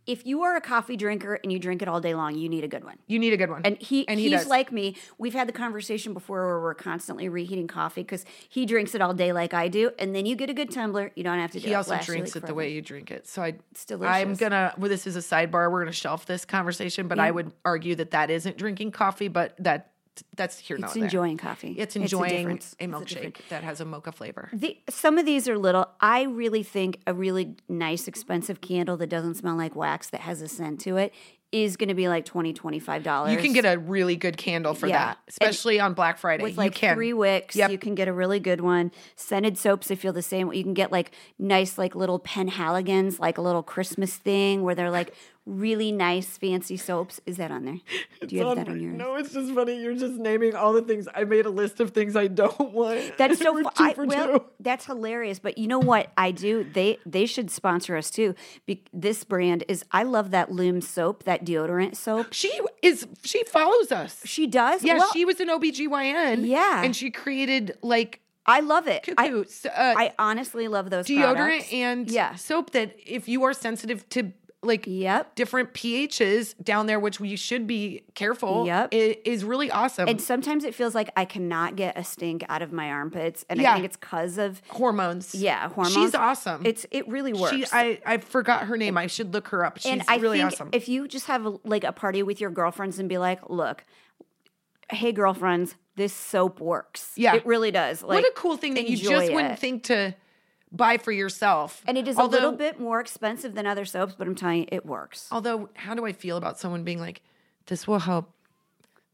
if you are a coffee drinker and you drink it all day long, you need a good one.
you need a good one
And he,
And he
he's
does.
like me. We've had the conversation before where we're constantly reheating coffee because he drinks it all day like I do, and then you get a good tumbler. You don't have to. Do
he
it.
also
Lasts you,
drinks
like,
it the
forever.
way you drink it so i
It's
I'm
delicious.
gonna. Well, this is a sidebar. We're gonna shelf this conversation, but I would argue that that isn't drinking coffee, but that that's here not
It's
there.
enjoying coffee.
It's
a
enjoying
difference. It's
a,
a
milkshake
difference.
that has a mocha flavor.
The, some of these are little. I really think a really nice, expensive candle that doesn't smell like wax that has a scent to it is going to be like $20, $25.
You can get a really good candle for
Yeah.
that, especially on Black Friday.
with like
you can.
three wicks.
Yep.
You can get a really good one. Scented soaps, they feel the same. way. You can get like nice, like little Penhaligans, like a little Christmas thing where they're like really nice, fancy soaps. Is that on there? Do you have that on yours?
No, it's just funny. You're just naming all the things. I made a list of things I don't want.
[LAUGHS] That's so
[LAUGHS] We're
fu-
two
I-
for
well,
two.
that's hilarious. But you know what I do? They they should sponsor us too. Be- this brand is I love that Loom soap, that deodorant soap.
She is. She follows us.
She does.
yeah,
Well,
she was an OBGYN.
Yeah.
and she created like
I love it. I,
cuckoo s- uh,
I honestly love those
deodorant
products.
and
Yeah.
soap that if you are sensitive to like
Yep.
different pHs down there, which we should be careful.
Yep.
i- is really awesome.
And sometimes it feels like I cannot get a stink out of my armpits, and
Yeah.
I think it's because of
hormones.
yeah hormones.
She's awesome.
It's it really works.
She, I I forgot her name. I should look her up. She's
and I
really
think
awesome.
if you just have like a party with your girlfriends and be like, look, hey girlfriends, this soap works.
Yeah.
it really does. Like
what a cool thing that you
enjoy
just wouldn't
it.
think to buy for yourself.
And it is a little bit more expensive than other soaps, but I'm telling you, it works.
Although, how do I feel about someone being like, "This will help.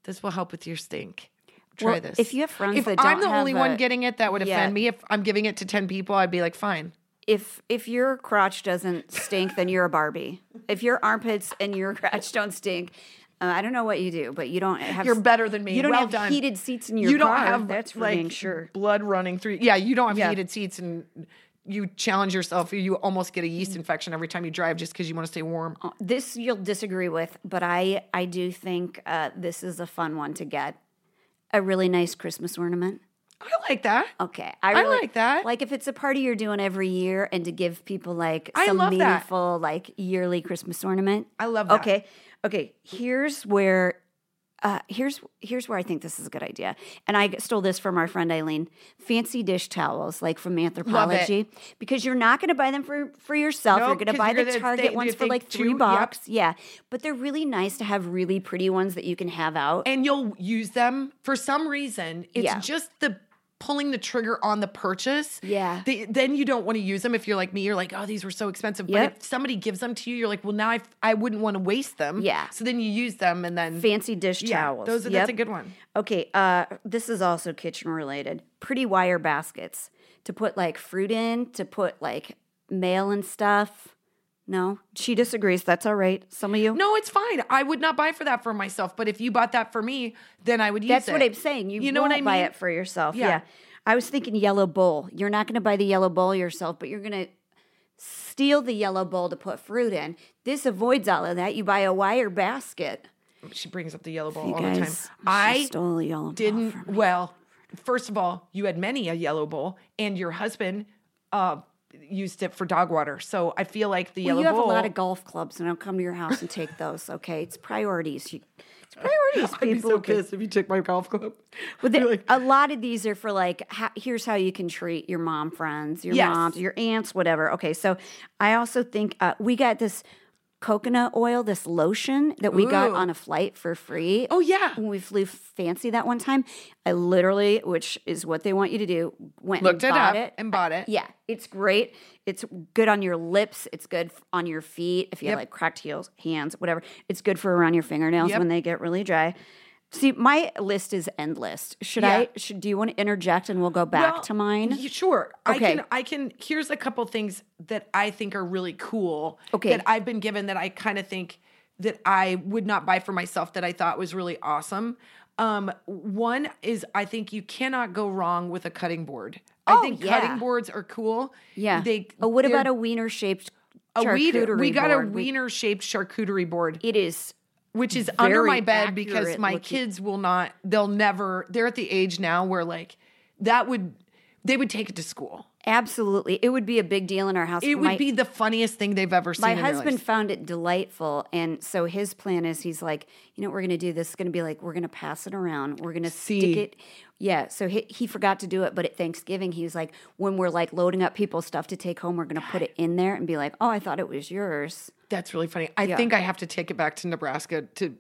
This will help with your stink. Try
Well,
this."
if you have friends
if
that
I'm
don't
the
have
only one
a-
getting it, that would
Yeah.
offend me. If I'm giving it to ten people, I'd be like, "Fine."
If if your crotch doesn't stink, then you're a Barbie. If your armpits and your crotch don't stink, uh, I don't know what you do, but you don't have.
You're better than me.
You don't
Well
have
done.
heated seats in your
you
car.
don't have
that's for
like
dang sure.
blood running through. Yeah, you don't have
Yeah.
heated seats and. You challenge yourself. You almost get a
Mm.
yeast infection every time you drive just because you want to stay warm.
Uh, This you'll disagree with, but I I do think uh, this is a fun one to get. A really nice Christmas ornament.
I like that.
Okay,
I like that.
Like if it's a party you're doing every year, and to give people like
I
some
love that.
meaningful like yearly Christmas ornament.
I love that.
Okay, okay. Here's where, uh, here's here's where I think this is a good idea, and I stole this from our friend Eileen. Fancy dish towels, like from Anthropology, because you're not going to buy them for for yourself.
Nope,
you're going
'cause
to buy
you're
the
gonna-
Target
they-
ones
they
for like
two-
three
yep.
bucks. Yeah, but they're really nice to have really pretty ones that you can have out.
and you'll use them for some reason. It's
Yeah.
just the pulling the trigger on the purchase.
Yeah.
The- then you don't want to use them if you're like me. You're like, oh, these were so expensive. But
Yep.
if somebody gives them to you, you're like, well, now I, f- I wouldn't want to waste them.
Yeah.
So then you use them and then
Fancy dish
yeah,
towels.
Those are that's a
Yep.
good one.
Okay, uh, this is also kitchen related. Pretty wire baskets to put like fruit in, to put like mail and stuff. No, she disagrees. That's all right. Some of you.
No, it's fine. I would not buy for that for myself. But if you bought that for me, then I would use
that's
it.
what I'm saying. You,
You know what
won't
I
buy
mean?
it for yourself.
Yeah.
Yeah. I was thinking yellow bowl. You're not going to buy the yellow bowl yourself, but you're going to steal the yellow bowl to put fruit in. This avoids all of that. You buy a wire basket.
She brings up the yellow ball
You
all the time.
guys, she
I
stole a yellow bowl from
didn't well first of all you had many a yellow bowl and your husband uh used it for dog water so i feel like the
Well,
yellow
you have a
bowl
lot of golf clubs, and I'll come to your house and
[LAUGHS]
take those. Okay, it's priorities. You, it's priorities,
I'd be
people.
so pissed if you took my golf club.
But the- a lot of these are for like, ha- here's how you can treat your mom friends, your
Yes.
moms, your aunts, whatever. Okay, so I also think uh, we got this coconut oil, this lotion that we got
Ooh.
on a flight for free.
oh yeah
When we flew fancy that one time, I literally, which is what they want you to do, went
looked
and
it
bought
up
it.
and bought it
Yeah, it's great. It's good on your lips. It's good f- on your feet. If you have like cracked heels, hands, whatever, it's good for around your fingernails
Yep.
when they get really dry. See, my list is endless. Should
Yeah.
I? Should do you want to interject and we'll go back
Well,
to mine?
y- sure i
Okay.
can i can here's a couple things that i think are really cool
Okay.
that i've been given that i kind of think that i would not buy for myself that i thought was really awesome um one is i think you cannot go wrong with a cutting board I
Oh,
think
yeah.
cutting boards are cool.
yeah.
They
oh, what
they're
about a wiener shaped
a wiener.
charcuterie
We got a
board? We-
wiener shaped charcuterie board,
It is.
which is under
very
my bed because
accurate
my
looking.
kids will not. They'll never. They're at the age now where like that would they would take it to school.
Absolutely. It would be a big deal in our house.
It would
My-
be the funniest thing they've ever seen.
My
in their
husband
life.
found it delightful. And so his plan is he's like, you know what we're going to do? This is going to be like, we're going to pass it around. We're going to stick
See.
it. Yeah. So he, he forgot to do it. But at Thanksgiving, he was like, when we're like loading up people's stuff to take home, we're going to put it in there and be like, oh, I thought it was yours.
That's really funny. I think I have to take it back to Nebraska to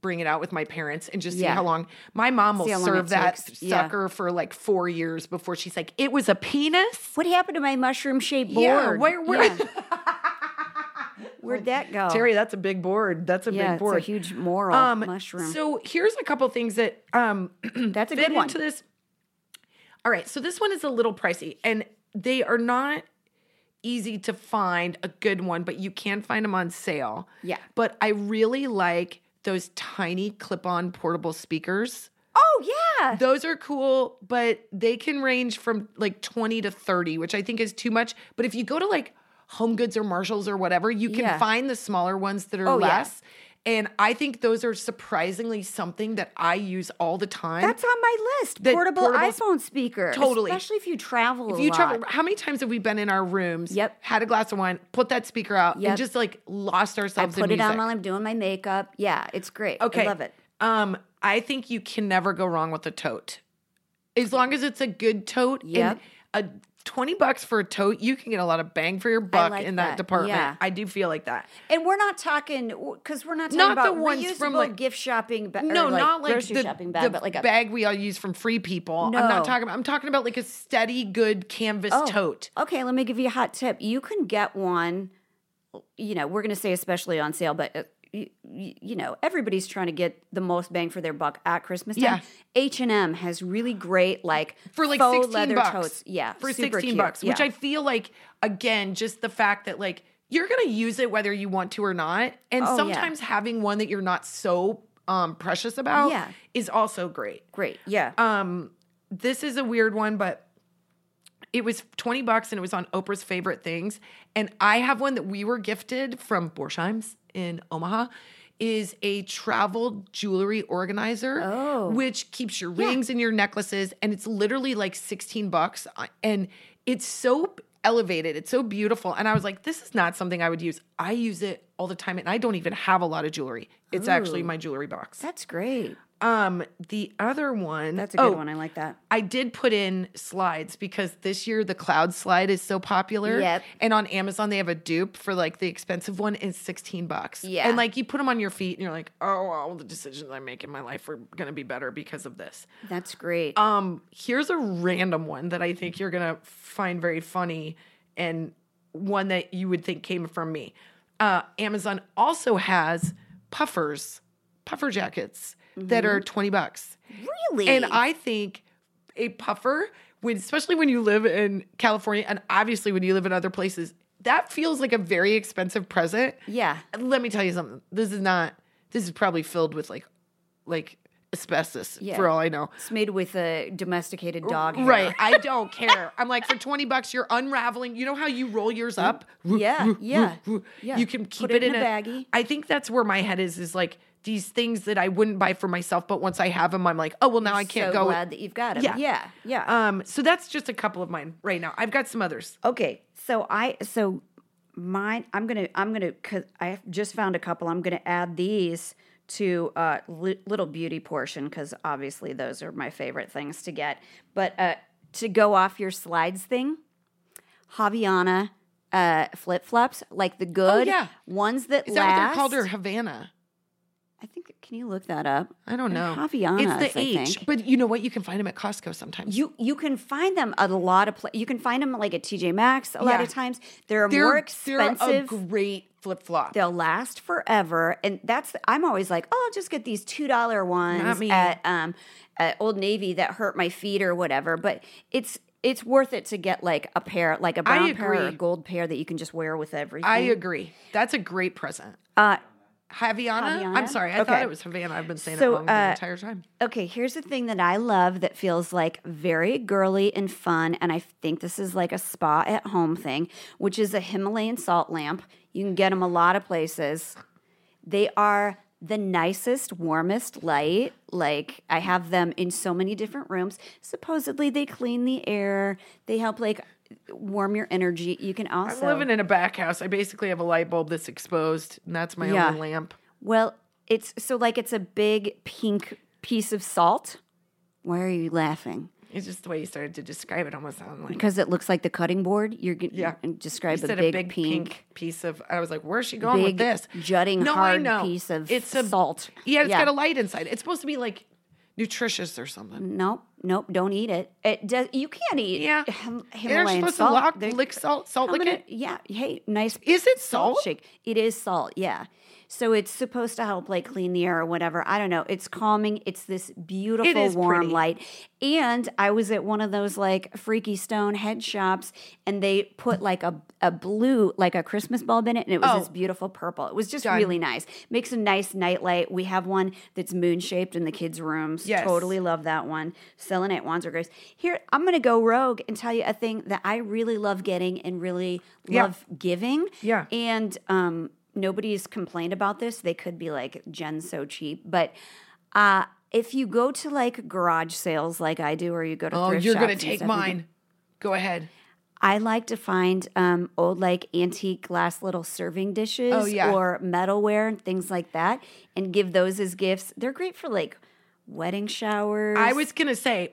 bring it out with my parents and just see
Yeah.
how long. My mom will
See how long
serve
it
that
takes. Yeah.
sucker for like four years before she's like, it was a penis.
What happened to my mushroom shaped board?
Yeah, where, where? [LAUGHS]
Yeah. Where'd that go?
Terry, that's a big board. That's Oh. a
yeah,
big board. Um,
It's a huge moral mushroom.
So here's a couple things that um
That's a
fit
good one.
into this. All right, so this one is a little pricey, and they are not easy to find a good one, but you can find them on sale.
Yeah.
But I really like those tiny clip-on portable speakers.
oh yeah.
Those are cool, but they can range from like 20 to 30, which I think is too much. But if you go to like Home Goods or Marshalls or whatever, you can
Yeah.
find the smaller ones that are
Oh, yeah.
less. And I think those are surprisingly something that I use all the time.
That's on my list.
That
Portable,
portable-
iPhone speaker.
Totally.
Especially if you travel.
if
a
you
lot.
travel, how many times have we been in our rooms?
Yep.
Had a glass of wine, put that speaker out,
Yep.
and just like lost
I
ourselves.
put
in
it
music.
on while I'm doing my makeup. Yeah, it's great.
Okay,
I love it.
Um, I think you can never go wrong with a tote, as long as it's a good tote.
Yep.
And a twenty bucks for a tote, you can get a lot of bang for your buck
like
in that,
that.
department.
Yeah.
I do feel like that.
And we're not talking because we're not talking
Not the
about
ones from,
reusable
like-
gift shopping. Ba- or,
No,
like,
not like
grocery
the,
shopping bag,
the
but like a
bag we all use from Free People. I'm
No.
not talking. About, I'm talking about like a steady, good canvas
Oh,
tote.
Okay, let me give you a hot tip. You can get one. You know, we're going to say especially on sale, but uh, you, you know, everybody's trying to get the most bang for their buck at Christmas
Yeah.
time. H and M has really great like
for like
faux
16
leather
bucks.
totes. Yeah,
for
super
16
cute.
bucks, which
Yeah.
I feel like again just the fact that like you're going to use it whether you want to or not, and
Oh, yeah.
sometimes having one that you're not so um precious about
Yeah.
is also great.
great. Yeah,
Um this is a weird one but it was 20 bucks and it was on Oprah's favorite things. And I have one that we were gifted from Borsheim's in Omaha is a travel jewelry organizer
Oh.
which keeps your rings and your necklaces and it's literally like 16 bucks Uh, and it's so elevated it's so beautiful and i was like this is not something i would use i use it all the time and i don't even have a lot of jewelry it's actually my jewelry box
that's great.
um the other one
That's a good
oh,
one. I like that.
I did put in slides because this year the cloud slide is so popular.
Yep.
And on Amazon they have a dupe for like the expensive one is 16 bucks.
Yeah.
And like you put them on your feet and you're like, oh, all the decisions I make in my life are gonna be better because of this.
That's great.
Um, here's a random one that I think you're gonna find very funny and one that you would think came from me. Uh, Amazon also has puffers, puffer jackets that
Mm-hmm.
are 20 bucks.
really?
And I think a puffer, when especially when you live in California, and obviously when you live in other places, that feels like a very expensive present.
yeah.
And Let me tell you something. This is not. This is probably filled with like, like asbestos.
Yeah.
For all I know.
It's made with a domesticated dog. hair.
Right.
[LAUGHS]
I don't care. I'm like, for 20 bucks, you're unraveling. You know how you roll yours up?
Mm-hmm. Yeah, yeah, yeah.
You can
Put
keep it, in, a
baggie.
I think that's where my head is, is like these things that I wouldn't buy for myself, but once I have them, I'm like, oh, well, now I can't
so
go.
glad that you've got it.
Yeah.
Yeah. Yeah.
Um, so that's just a couple of mine right now. I've got some others.
Okay. So I so mine I'm going to I'm going to cuz I just found a couple. I'm going to add these to uh li- little beauty portion cuz obviously those are my favorite things to get. But uh to go off your slides thing, Javiana uh flip-flops, like the good
yeah.
ones Oh, that
Is
last.
that what they're called or Havana?
I think can you look that up?
I don't know.
Javianas,
It's the
I
H,
think.
but you know what? You can find them at Costco sometimes.
You you can find them at a lot of pla- you can find them like at TJ Maxx a lot
Yeah.
of times. They're,
they're,
more
they're
expensive.
a great flip flop.
They'll last forever, and that's I'm always like, oh, I'll just get these two dollar ones
me.
at um at Old Navy that hurt my feet or whatever. But it's it's worth it to get like a pair, like a brown pair or a
agree.
gold pair that you can just wear with everything.
I agree. That's a great present.
Uh,
Javiana? I'm
Javiana?
sorry. I thought
Okay.
it was Havana. I've been saying
So,
it wrong the
uh,
entire time.
Okay, here's the thing that I love that feels like very girly and fun, and I think this is like a spa at home thing, which is a Himalayan salt lamp. You can get them a lot of places. They are the nicest, warmest light. Like I have them in so many different rooms. Supposedly they clean the air. They help like warm your energy. You can
I'm
also
living in a back house. I basically have a light bulb that's exposed, and that's my
Yeah.
only lamp.
Well, it's so like it's a big pink piece of salt. Why are you laughing?
It's just the way you started to describe it almost sounded like
because it looks like the cutting board. You're going
Yeah.
to describe
you
a
said
big,
a big
pink,
pink, piece of. I was like, where's she going
big,
with this?
jutting
no, I
hard
know.
piece of
it's a,
salt.
Yeah, it's
Yeah.
got a light inside. It's supposed to be like nutritious or something.
Nope, nope. Don't eat it. It does. You can't eat.
Yeah,
Him-
they're
Himalayan
supposed
salt.
to lock,
They're-
lick salt, salt
I'm
lick
gonna-
it.
Yeah. Hey, nice.
Is it salt?
shake? It is salt. Yeah. So it's supposed to help like clean the air or whatever. I don't know. It's calming. It's this beautiful
is
warm
pretty.
light. And I was at one of those like freaky stone head shops and they put like a, a blue, like a Christmas bulb in it and it was
Oh.
this beautiful purple. It was just really nice. Makes a nice nightlight. We have one that's moon shaped in the kids' rooms.
Yes.
Totally love that one. Selling it, Wands or Grace. Here, I'm going to go rogue and tell you a thing that I really love getting and really
Yeah.
love giving.
Yeah.
And um, nobody's complained about this. They could be like, Jen's so cheap. But uh, if you go to like garage sales like I do, or you go to
Oh,
thrift
you're
shops
gonna
and
take
stuff, you can-
mine. Go ahead.
I like to find um, old, like antique glass little serving dishes
Oh, yeah.
or metalware and things like that and give those as gifts. They're great for like wedding showers.
I was gonna say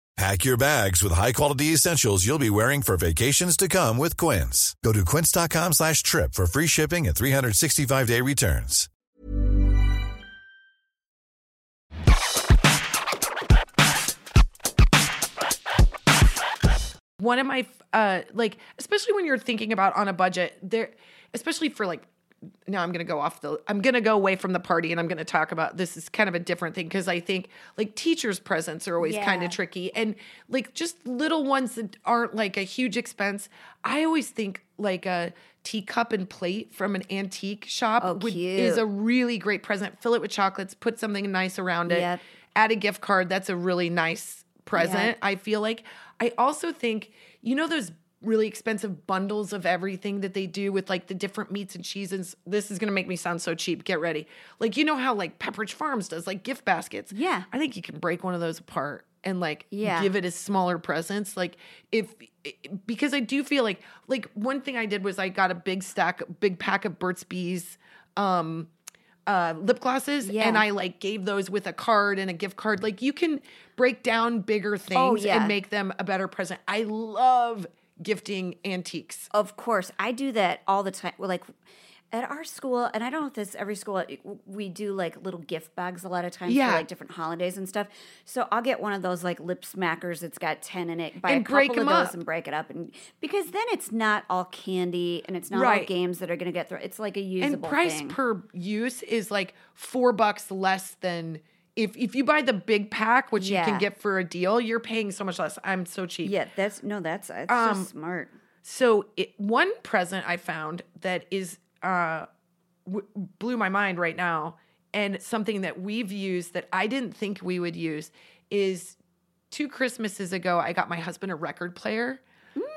Pack your bags with high-quality essentials you'll be wearing for vacations to come with Quince. Go to quince.com slash trip for free shipping and 365-day returns.
one of my uh like especially when you're thinking about on a budget there especially for like now i'm gonna go off the i'm gonna go away from the party and i'm gonna talk about this is kind of a different thing because i think like teachers presents are always kind
Yeah.
of tricky and like just little ones that aren't like a huge expense i always think like a teacup and plate from an antique shop
Oh,
would-
cute.
is a really great present fill it with chocolates put something nice around it
Yep.
add a gift card that's a really nice present i feel like i also think you know those really expensive bundles of everything that they do with like the different meats and cheeses this is going to make me sound so cheap get ready like you know how like pepperidge farms does like gift baskets
Yeah.
i think you can break one of those apart and like
Yeah.
give it as smaller presents like if because i do feel like like one thing i did was i got a big stack big pack of burt's bees um uh, lip glosses
Yeah.
and I like gave those with a card and a gift card. Like you can break down bigger things
Oh, yeah.
and make them a better present. I love gifting antiques.
Of course, I do that all the time. Well, like at our school, and I don't know if this every school we do like little gift bags a lot of times
Yeah.
for like different holidays and stuff. So I'll get one of those like lip smackers that's got ten in it. Buy
And
a
break
couple of
'em
those
up.
and break it up, and because then it's not all candy and it's not all
Right.
games that are going to get through. It's like a usable
And price
thing.
per use is like four bucks less than if if you buy the big pack, which you
Yeah.
can get for a deal, you're paying so much less. I'm so cheap.
yeah, that's no, that's it's just smart.
So it, one present I found that is uh, w- blew my mind right now, and something that we've used that I didn't think we would use is two Christmases ago I got my husband a record player,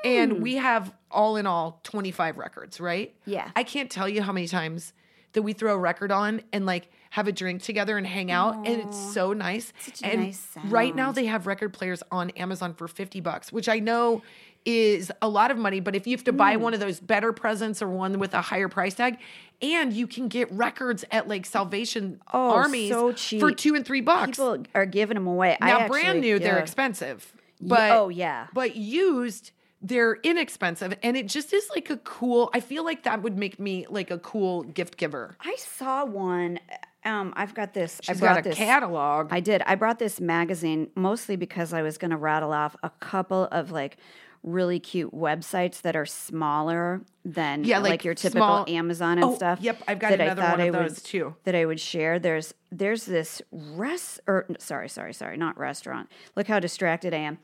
and we have all in all twenty five records, right?
Yeah.
I can't tell you how many times that we throw a record on and like have a drink together and hang out, and it's so nice.
Such a
and
nice
right now
sound.
they have record players on Amazon for 50 bucks, which I know is a lot of money, but if you have to
Hmm.
buy one of those better presents or one with a higher price tag, and you can get records at like Salvation
Oh,
Armies
so
for
cheap.
two and three bucks.
People are giving them away. I
now,
actually-
brand new, they're
yeah.
expensive,
Ye-
but
oh, yeah.
but used, they're inexpensive, and it just is like a cool. I feel like that would make me like a cool gift giver.
I saw one. Um, I've got this.
She's
I brought
got a
this.
catalog.
I did. I brought this magazine mostly because I was going to rattle off a couple of like really cute websites that are smaller than
Yeah,
like,
like
your typical
small-
Amazon and
Oh,
stuff.
yep, I've got
that I
another
thought
one of
I would-
those, too.
That I would share. There's there's this rest or n- sorry, sorry, sorry, not restaurant. Look how distracted I am.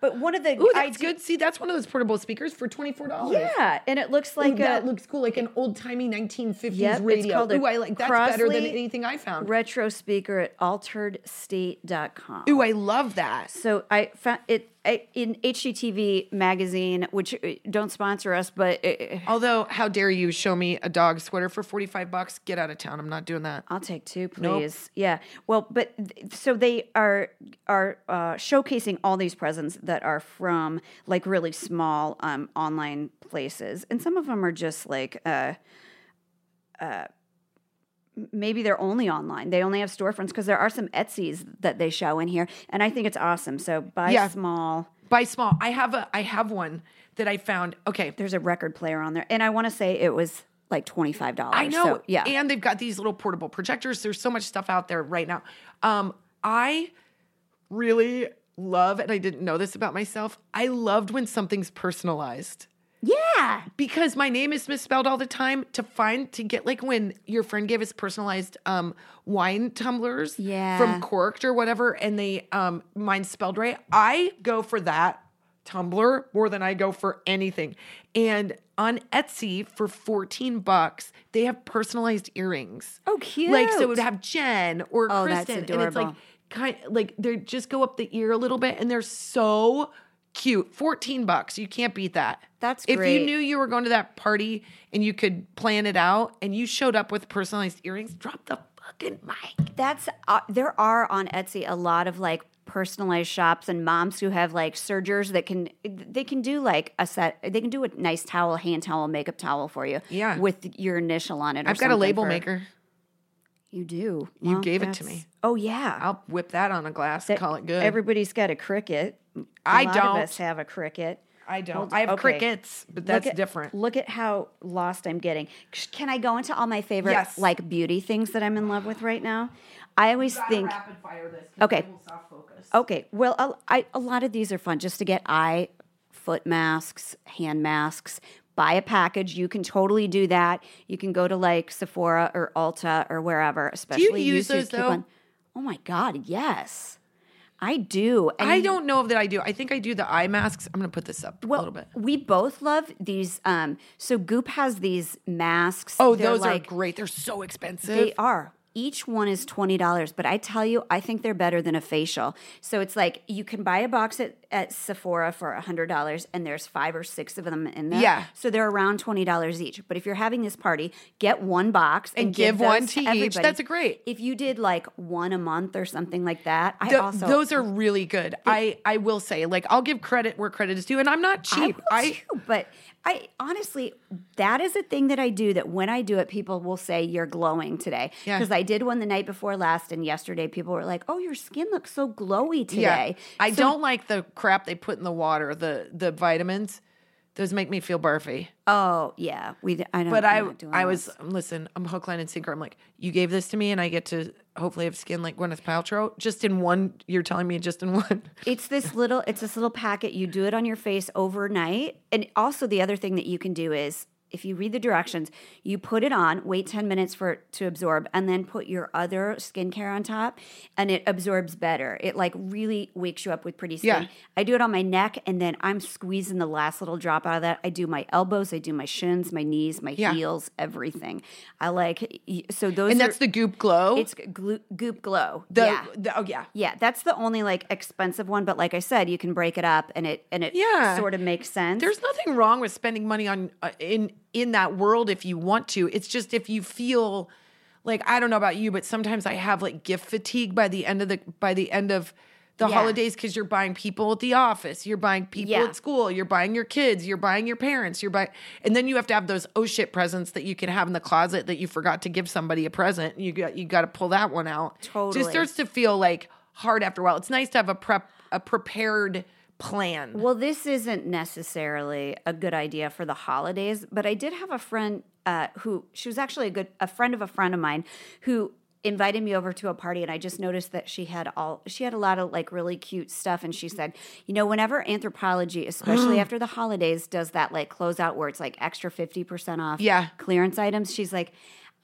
But one of the
Ooh,
I
that's good. See, that's one of those portable speakers for twenty four dollars.
Yeah, and it looks like
Ooh, that
a
looks cool, like an old timey 1950s
Yep, it's
radio.
called a
Ooh, I like that's better than
Crosley
anything I found.
retro speaker at alteredstate.com.
Ooh, I love that.
So I found it I, in HGTV magazine, which uh, don't sponsor us, but uh,
Although, how dare you show me a dog sweater for forty five bucks? Get out of town. I'm not doing that.
I'll take two,
Nope.
please. Yeah. Well, but th- so they are are uh, showcasing all these presents that are from like really small um, online places, and some of them are just like. Uh, uh, m- Maybe they're only online. They only have storefronts because there are some Etsy's that they show in here, and I think it's awesome. So buy
Yeah.
small.
Buy small. I have a I have one that I found. Okay.
There's a record player on there, and I want to say it was like twenty five dollars.
I know.
So, yeah.
And they've got these little portable projectors. There's so much stuff out there right now. Um, I really love, and I didn't know this about myself. I loved when something's personalized.
yeah.
because my name is misspelled all the time to find to get like when your friend gave us personalized um wine tumblers
Yeah.
from corked or whatever and they um mine spelled right i go for that tumbler more than i go for anything and on etsy for 14 bucks they have personalized earrings
Oh, cute.
like so it would have jen or
Oh, that's
kristen and it's like
adorable.
kind like they just go up the ear a little bit and they're so cute 14 bucks you can't beat that
That's
if
great.
you knew you were going to that party and you could plan it out and you showed up with personalized earrings drop the fucking mic
That's uh, there are on Etsy a lot of like personalized shops and moms who have like sergers that can they can do like a set they can do a nice towel hand towel makeup towel for you
Yeah.
with your initial on it or
i've got a
something
label
for-
maker
you do
You gave it to
that's-
me.
oh yeah
i'll whip that on a glass
That-
call it good
everybody's got a cricket I
I
of
don't.
us have a cricket
i don't
Hold-
i have
okay.
crickets but
Look
that's
at-
different
look at how lost i'm getting Sh- can i go into all my favorite
Yes.
like beauty things that i'm in love with right now i always think
fire this
Okay. I will Okay. Well, a, I, a lot of these are fun just to get eye, foot masks, hand masks. Buy a package. You can totally do that. You can go to like Sephora or Ulta or wherever, especially
use
Yuzu
those, though?
coupon- Oh my God, yes. I do. And
i don't know that i do i think i do the eye masks i'm gonna put this up a
well,
little bit
we both love these. Um, so Goop has these masks.
oh
They're
those
like,
are great they're so expensive
They are. Each one is $20, but I tell you, I think they're better than a facial. So it's like you can buy a box at, at Sephora for $100 and there's five or six of them in there.
Yeah.
So they're around $20 each. But if you're having this party, get one box and,
And give one
those
to each.
everybody.
That's a great.
If you did like one a month or something like that, I
Th-
also.
those are really good. I I will say, like, I'll give credit where credit is due, and I'm not
I
cheap.
will
I,
too, but I honestly, that is a thing that I do. That when I do it, people will say you're glowing today
Yeah.
because I did one the night before last, and yesterday people were like, "Oh, your skin looks so glowy today."
I
So-
don't like the crap they put in the water, the the vitamins. Those make me feel barfy.
Oh yeah, we. I don't.
But
we're
I
not doing
I
that.
was listen, I'm hook line and sinker. I'm like, you gave this to me and I get to hopefully have skin like Gwyneth Paltrow just in one you're telling me just in one.
It's this little. It's this little packet. You do it on your face overnight, and also the other thing that you can do is. If you read the directions, you put it on, wait 10 minutes for it to absorb, and then put your other skincare on top, and it absorbs better. It like really wakes you up with pretty skin.
Yeah.
I do it on my neck, and then I'm squeezing the last little drop out of that. I do my elbows, I do my shins, my knees, my
Yeah.
heels, everything. I like, so those
and
are-
that's the goop glow.
it's glo- goop glow.
the,
yeah.
the- oh yeah.
Yeah, that's the only like expensive one, but like I said, you can break it up and it and it
Yeah.
sort of makes sense.
There's nothing wrong with spending money on uh, in in that world if you want to. It's just if you feel like I don't know about you, but sometimes I have like gift fatigue by the end of the by the end of the
Yeah.
holidays because you're buying people at the office, you're buying people
Yeah.
at school, you're buying your kids, you're buying your parents, you're buying, and then you have to have those oh shit presents that you can have in the closet that you forgot to give somebody a present. You got you got to pull that one out.
Totally.
just starts to feel like hard after a while. It's nice to have a prep a prepared plan.
well, this isn't necessarily a good idea for the holidays, but I did have a friend uh, who she was actually a good a friend of a friend of mine who invited me over to a party and I just noticed that she had all she had a lot of like really cute stuff and she said, "You know, whenever anthropology,
[GASPS]
especially after the holidays, does that like closeout where it's like extra 50% off
Yeah.
clearance items, she's like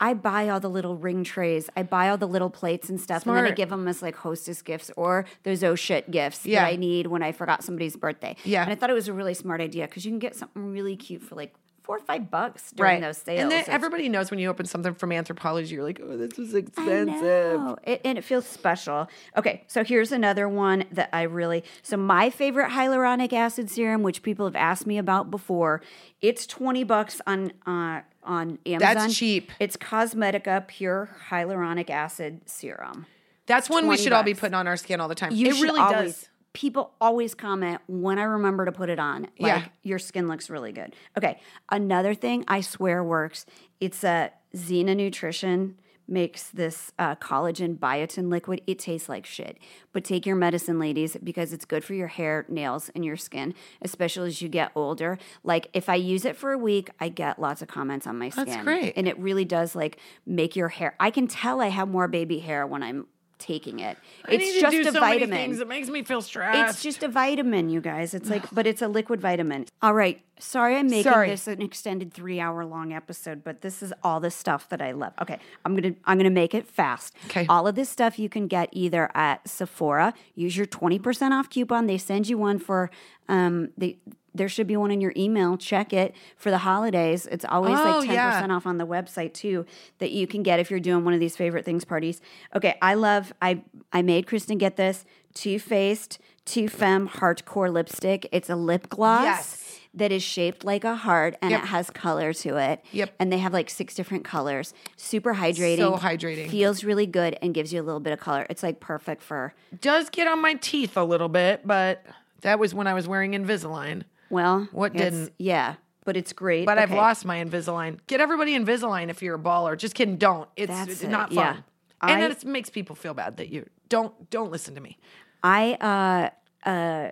I buy all the little ring trays. I buy all the little plates and stuff, and then I
Smart.
give them as like hostess gifts or those oh shit gifts
Yeah.
that I need when I forgot somebody's birthday.
Yeah.
and I thought it was a really smart idea because you can get something really cute for like four or five bucks during those sales.
And then
It's-
everybody knows when you open something from anthropology, you're like, oh, this was
I
expensive.
know. It, and it feels special. Okay, so here's another one that I really so my favorite hyaluronic acid serum, which people have asked me about before, it's twenty bucks on uh, on Amazon.
cheap.
It's Cosmetica Pure Hyaluronic Acid Serum.
That's one we
20
should all be
bucks.
putting on our skin all the time.
You
it
should
really
always,
does.
People always comment when I remember to put it on. Like,
Yeah.
your skin looks really good. Okay. Another thing I swear works. It's a Xena Nutrition makes this uh, collagen biotin liquid. It tastes like shit. But take your medicine, ladies, because it's good for your hair, nails, and your skin, especially as you get older. Like if I use it for a week, I get lots of comments on my skin.
great.
And it really does like make your hair. I can tell I have more baby hair when I'm taking it.
I
It's
need to
just
do
a
so many
vitamin.
things. It makes me feel stressed.
It's just a vitamin, you guys. It's
[SIGHS]
like, but it's a liquid vitamin. All right. Sorry, I'm making
Sorry.
this an extended three-hour-long episode, but this is all the stuff that I love. Okay, I'm gonna I'm gonna make it fast.
Okay.
All of this stuff you can get either at Sephora. Use your twenty percent off coupon. They send you one for um the. There should be one in your email. Check it for the holidays. It's always
Oh,
like 10%
yeah.
off on the website too that you can get if you're doing one of these favorite things parties. Okay, I love I I made Kristen get this Too Faced Too Femme Hardcore lipstick. It's a lip gloss
Yes.
that is shaped like a heart and
Yep.
it has color to it.
Yep.
And they have like six different colors. Super hydrating.
So hydrating.
Feels really good and gives you a little bit of color. It's like perfect for
does get on my teeth a little bit, but that was when I was wearing Invisalign.
well,
What
it's-
didn't?
Yeah, but it's great.
But I've
Okay.
lost my Invisalign. Get everybody Invisalign if you're a baller. Just kidding. Don't. It's
That's it,
not fun.
yeah. I-
and it makes people feel bad that you don't don't listen to me.
I uh uh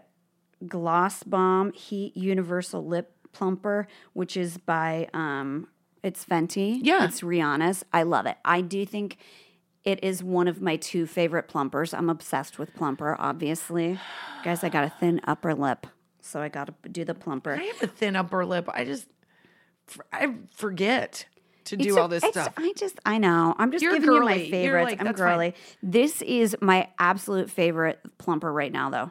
gloss bomb heat universal lip plumper, which is by um it's Fenty.
Yeah.
It's Rihanna's. I love it. I do think it is one of my two favorite plumpers. I'm obsessed with plumper, obviously. [SIGHS] Guys, I got a thin upper lip. So I gotta do the plumper.
I have a thin upper lip. I just f- I forget to do
It's o-
all this
it's-
stuff.
I just, I know. I'm just
You're
giving you my
girly. You're
favorites.
like,
I'm
that's fine.
girly. This is my absolute favorite plumper right now, though.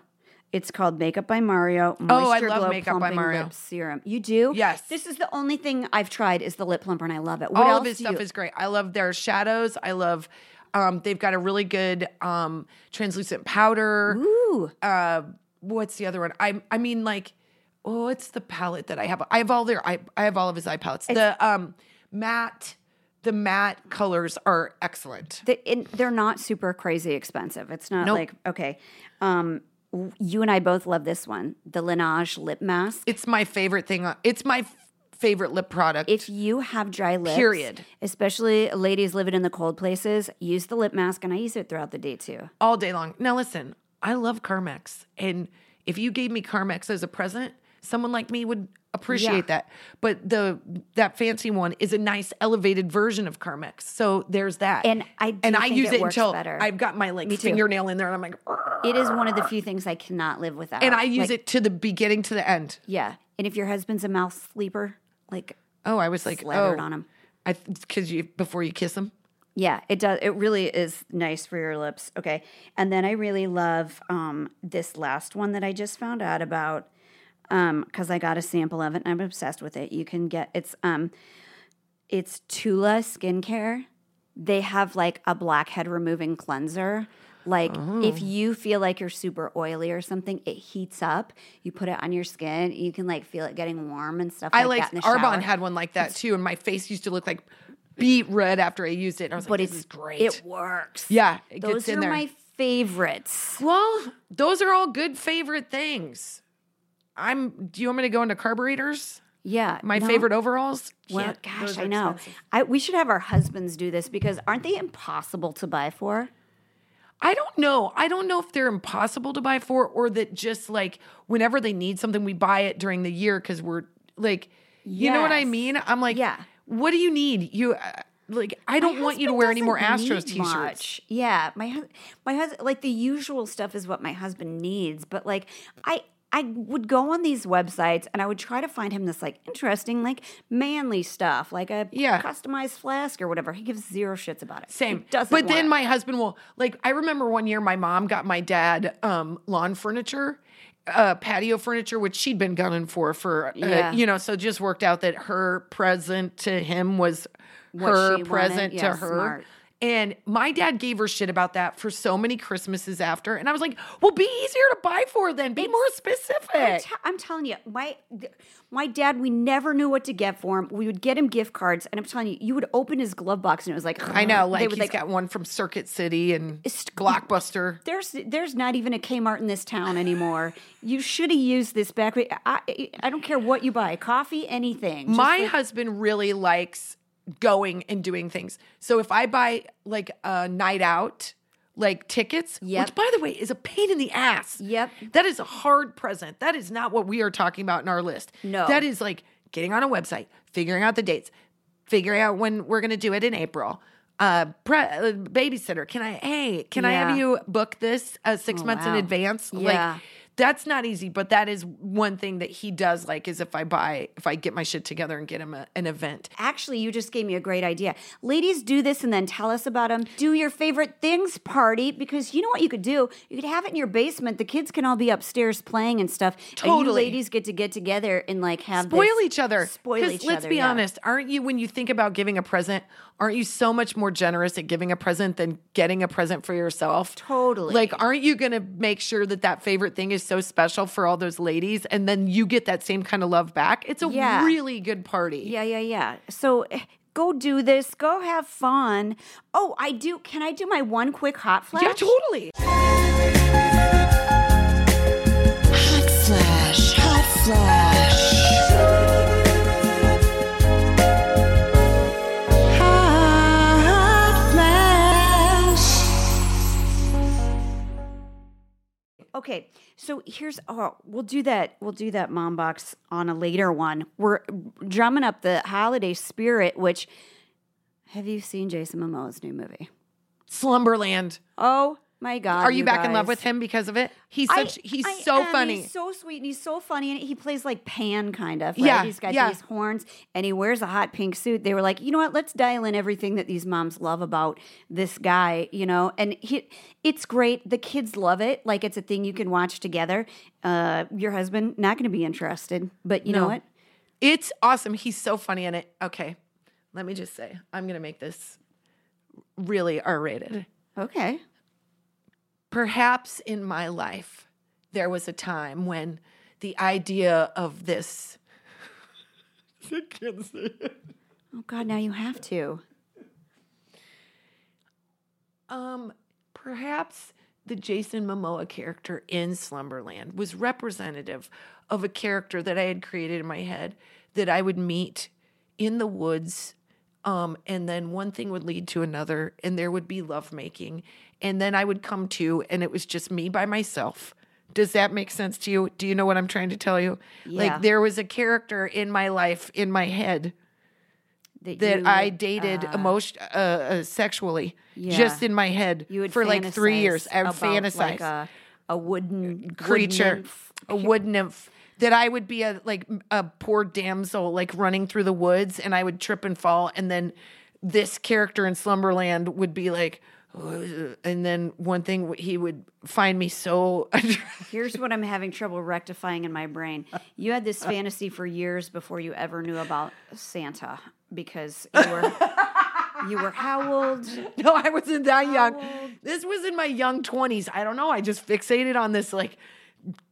It's called Makeup by Mario.
Oh, I
Moisture
love
Glow
Makeup by
Plumping
Mario.
Lip Serum. You do?
Yes.
This is the only thing I've tried is the lip plumper, and I love it. What
all
else
of his
do
stuff
you-
is great. I love their shadows. I love um they've got a really good um translucent powder.
Ooh,
uh what's the other one? I I mean like oh, it's the palette that I have. I have all their I I have all of his eye palettes. the um matte the matte colors are excellent.
they, and they're not super crazy expensive. It's not
Nope.
like okay. Um, w- you and I both love this one, the Laneige lip mask.
It's my favorite thing. on- It's my f- favorite lip product.
if you have dry lips,
Period.
especially ladies living in the cold places, use the lip mask, and I use it throughout the day too.
all day long. Now listen, I love Carmex, and if you gave me Carmex as a present, someone like me would appreciate that. But the that fancy one is a nice elevated version of Carmex, so there's that.
And I do
and I
think
use
it
it,
works
until
better.
I've got my like
too.
fingernail in there, and I'm like, "Argh."
It is one of the few things I cannot live without.
and I use
Like,
it to the beginning to the end.
Yeah, and if your husband's a mouth sleeper, like
Oh, I was like, oh,
slathered on him.
I because you before you kiss him.
Yeah, it does. It really is nice for your lips. Okay, and then I really love um, this last one that I just found out about because I got a sample of it and I'm obsessed with it. You can get it's um, it's Tula Skincare. They have like a blackhead removing cleanser. Like
Oh.
if you feel like you're super oily or something, it heats up. You put it on your skin, you can like feel it getting warm and stuff. Like
I like
that in the shower.
Arbonne had one like that too, and my face used to look like beet red after I used it. And I was
but
like,
it's
this is great.
It works.
yeah, it
those
gets in
are
there.
my favorites.
Well, those are all good favorite things. I'm. Do you want me to go into carburetors?
Yeah,
My
no.
favorite overalls.
Well,
Can't-
gosh,
those are
I know.
expensive.
I, we should have our husbands do this because aren't they impossible to buy for?
I don't know. I don't know if they're impossible to buy for, or that just like whenever they need something, we buy it during the year because we're like, you know what I
Yes.
mean. I'm like,
Yeah.
What do you need? You. Uh, Like, I don't
My
want you to
husband
wear any more
doesn't
Astros
need
t-shirts.
much. Yeah, my hus- my husband like the usual stuff is what my husband needs, but like I I would go on these websites and I would try to find him this like interesting like manly stuff, like a
Yeah.
customized flask or whatever. He gives zero shits about it. He
Same.
doesn't
but
want
then
it.
my husband will like I remember one year my mom got my dad um lawn furniture, uh patio furniture which she'd been gunning for for uh,
Yeah.
you know, so it just worked out that her present to him was
What she
her
wanted.
present
Yeah,
to her.
smart.
And my dad gave her shit about that for so many Christmases after. And I was like, well, be easier to buy for then. Be more
I'm,
specific.
t- I'm telling you, my th- my dad, we never knew what to get for him. We would get him gift cards, and I'm telling you, you would open his glove box, and it was like
I know,
[SIGHS]
like
they
he's
would like
got one from Circuit City and
It's-
Blockbuster.
there's there's not even a Kmart in this town anymore. you should have used this back. way- I, I I don't care what you buy, coffee, anything. Just
my
like-
husband really likes going and doing things. So if I buy like a night out, like tickets,
Yep.
which by the way is a pain in the ass.
Yep.
That is a hard present. That is not what we are talking about in our list.
No.
That is like getting on a website, figuring out the dates, figuring out when we're going to do it in April. Uh, pre- uh, babysitter, can I? Hey, can I
Yeah.
have you book this uh, six
Oh,
months
wow.
in advance?
Yeah.
Like that's not easy, but that is one thing that he does like is if I buy, if I get my shit together and get him a, an event.
Actually, you just gave me a great idea. Ladies, do this and then tell us about them. Do your favorite things party because you know what you could do? You could have it in your basement. The kids can all be upstairs playing and stuff. And you
Totally.
ladies get to get together and like have
Spoil
this-
each other.
Spoil
'Cause
each other.
Let's be
yeah.
honest. Aren't you, when you think about giving a present, aren't you so much more generous at giving a present than getting a present for yourself?
Totally.
Like, aren't you going to make sure that that favorite thing is so special for all those ladies and then you get that same kind of love back? It's a
Yeah.
really good party.
Yeah, yeah, yeah. So eh, go do this. Go have fun. Oh, I do. Can I do my one quick hot flash?
Yeah, totally.
Hot flash, hot flash.
Okay. So here's oh, we'll do that. We'll do that mom box on a later one. We're drumming up the holiday spirit, which have you seen Jason Momoa's new movie?
Slumberland.
Oh my god.
Are you, back in love
guys.
with him because of it? He's
I-
such, he's
I
so
am.
funny.
He's so sweet and he's so funny and he plays like Pan kind of. Right?
Yeah,
He's got
yeah.
these horns and he wears a hot pink suit. They were like, you know what? Let's dial in everything that these moms love about this guy, you know? And he, it's great. The kids love it. Like it's a thing you can watch together. Uh, your husband, not going to be interested, but you know
No.
what?
It's awesome. He's so funny in it. Okay. Let me just say, I'm going to make this really R rated.
Okay.
Perhaps in my life, there was a time when the idea of this. I can't say it.
Oh God, now you have to.
Um, perhaps the Jason Momoa character in Slumberland was representative of a character that I had created in my head that I would meet in the woods. Um, and then one thing would lead to another, and there would be lovemaking. And then I would come to, and it was just me by myself. Does that make sense to you? Do you know what I'm trying to tell you?
Yeah.
Like, there was a character in my life, in my head, that
you
I
would-
dated emotion uh, uh, sexually,
Yeah.
just in my head
you would
for like three
fantasize
years. I would
about,
fantasize
like a, a wooden wood
creature,
nymph.
a wood nymph. That I would be a like a poor damsel like running through the woods, and I would trip and fall, and then this character in Slumberland would be like. "Ugh," And then one thing he would find me so [LAUGHS]
Here's what I'm having trouble rectifying in my brain. You had
[LAUGHS] Uh.
this fantasy for years before you ever knew about Santa because you were you were how old?
[LAUGHS] No, I wasn't that young. This was in my young 20s. I don't know. I just fixated on this like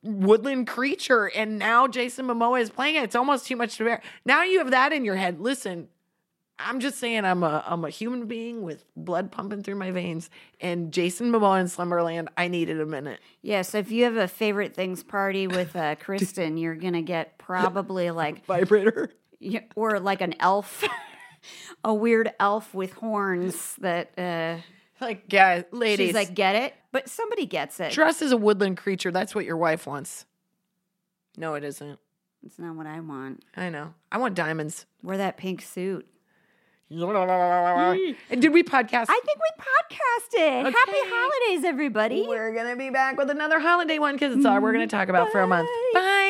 woodland creature, and now Jason Momoa is playing it. It's almost too much to bear. Now you have that in your head. Listen, I'm just saying I'm a I'm a human being with blood pumping through my veins, and Jason Momoa in Slumberland. I needed
[LAUGHS]
a minute.
Yeah, so if you have a favorite things party with uh, Kristen, you're gonna get probably like
Vibrator.
yeah, or like an elf, [LAUGHS] a weird elf with horns that uh,
Like, guys, ladies,
she's like get it, but somebody gets it.
dress as a woodland creature. That's what your wife wants. No, it isn't.
It's not what I want. [LAUGHS]
I know. I want diamonds.
Wear that pink suit.
And did we podcast?
I think we podcasted. Happy
Okay.
holidays, everybody.
We're going to be back with another holiday one because it's all we're going to talk about for a month. Bye.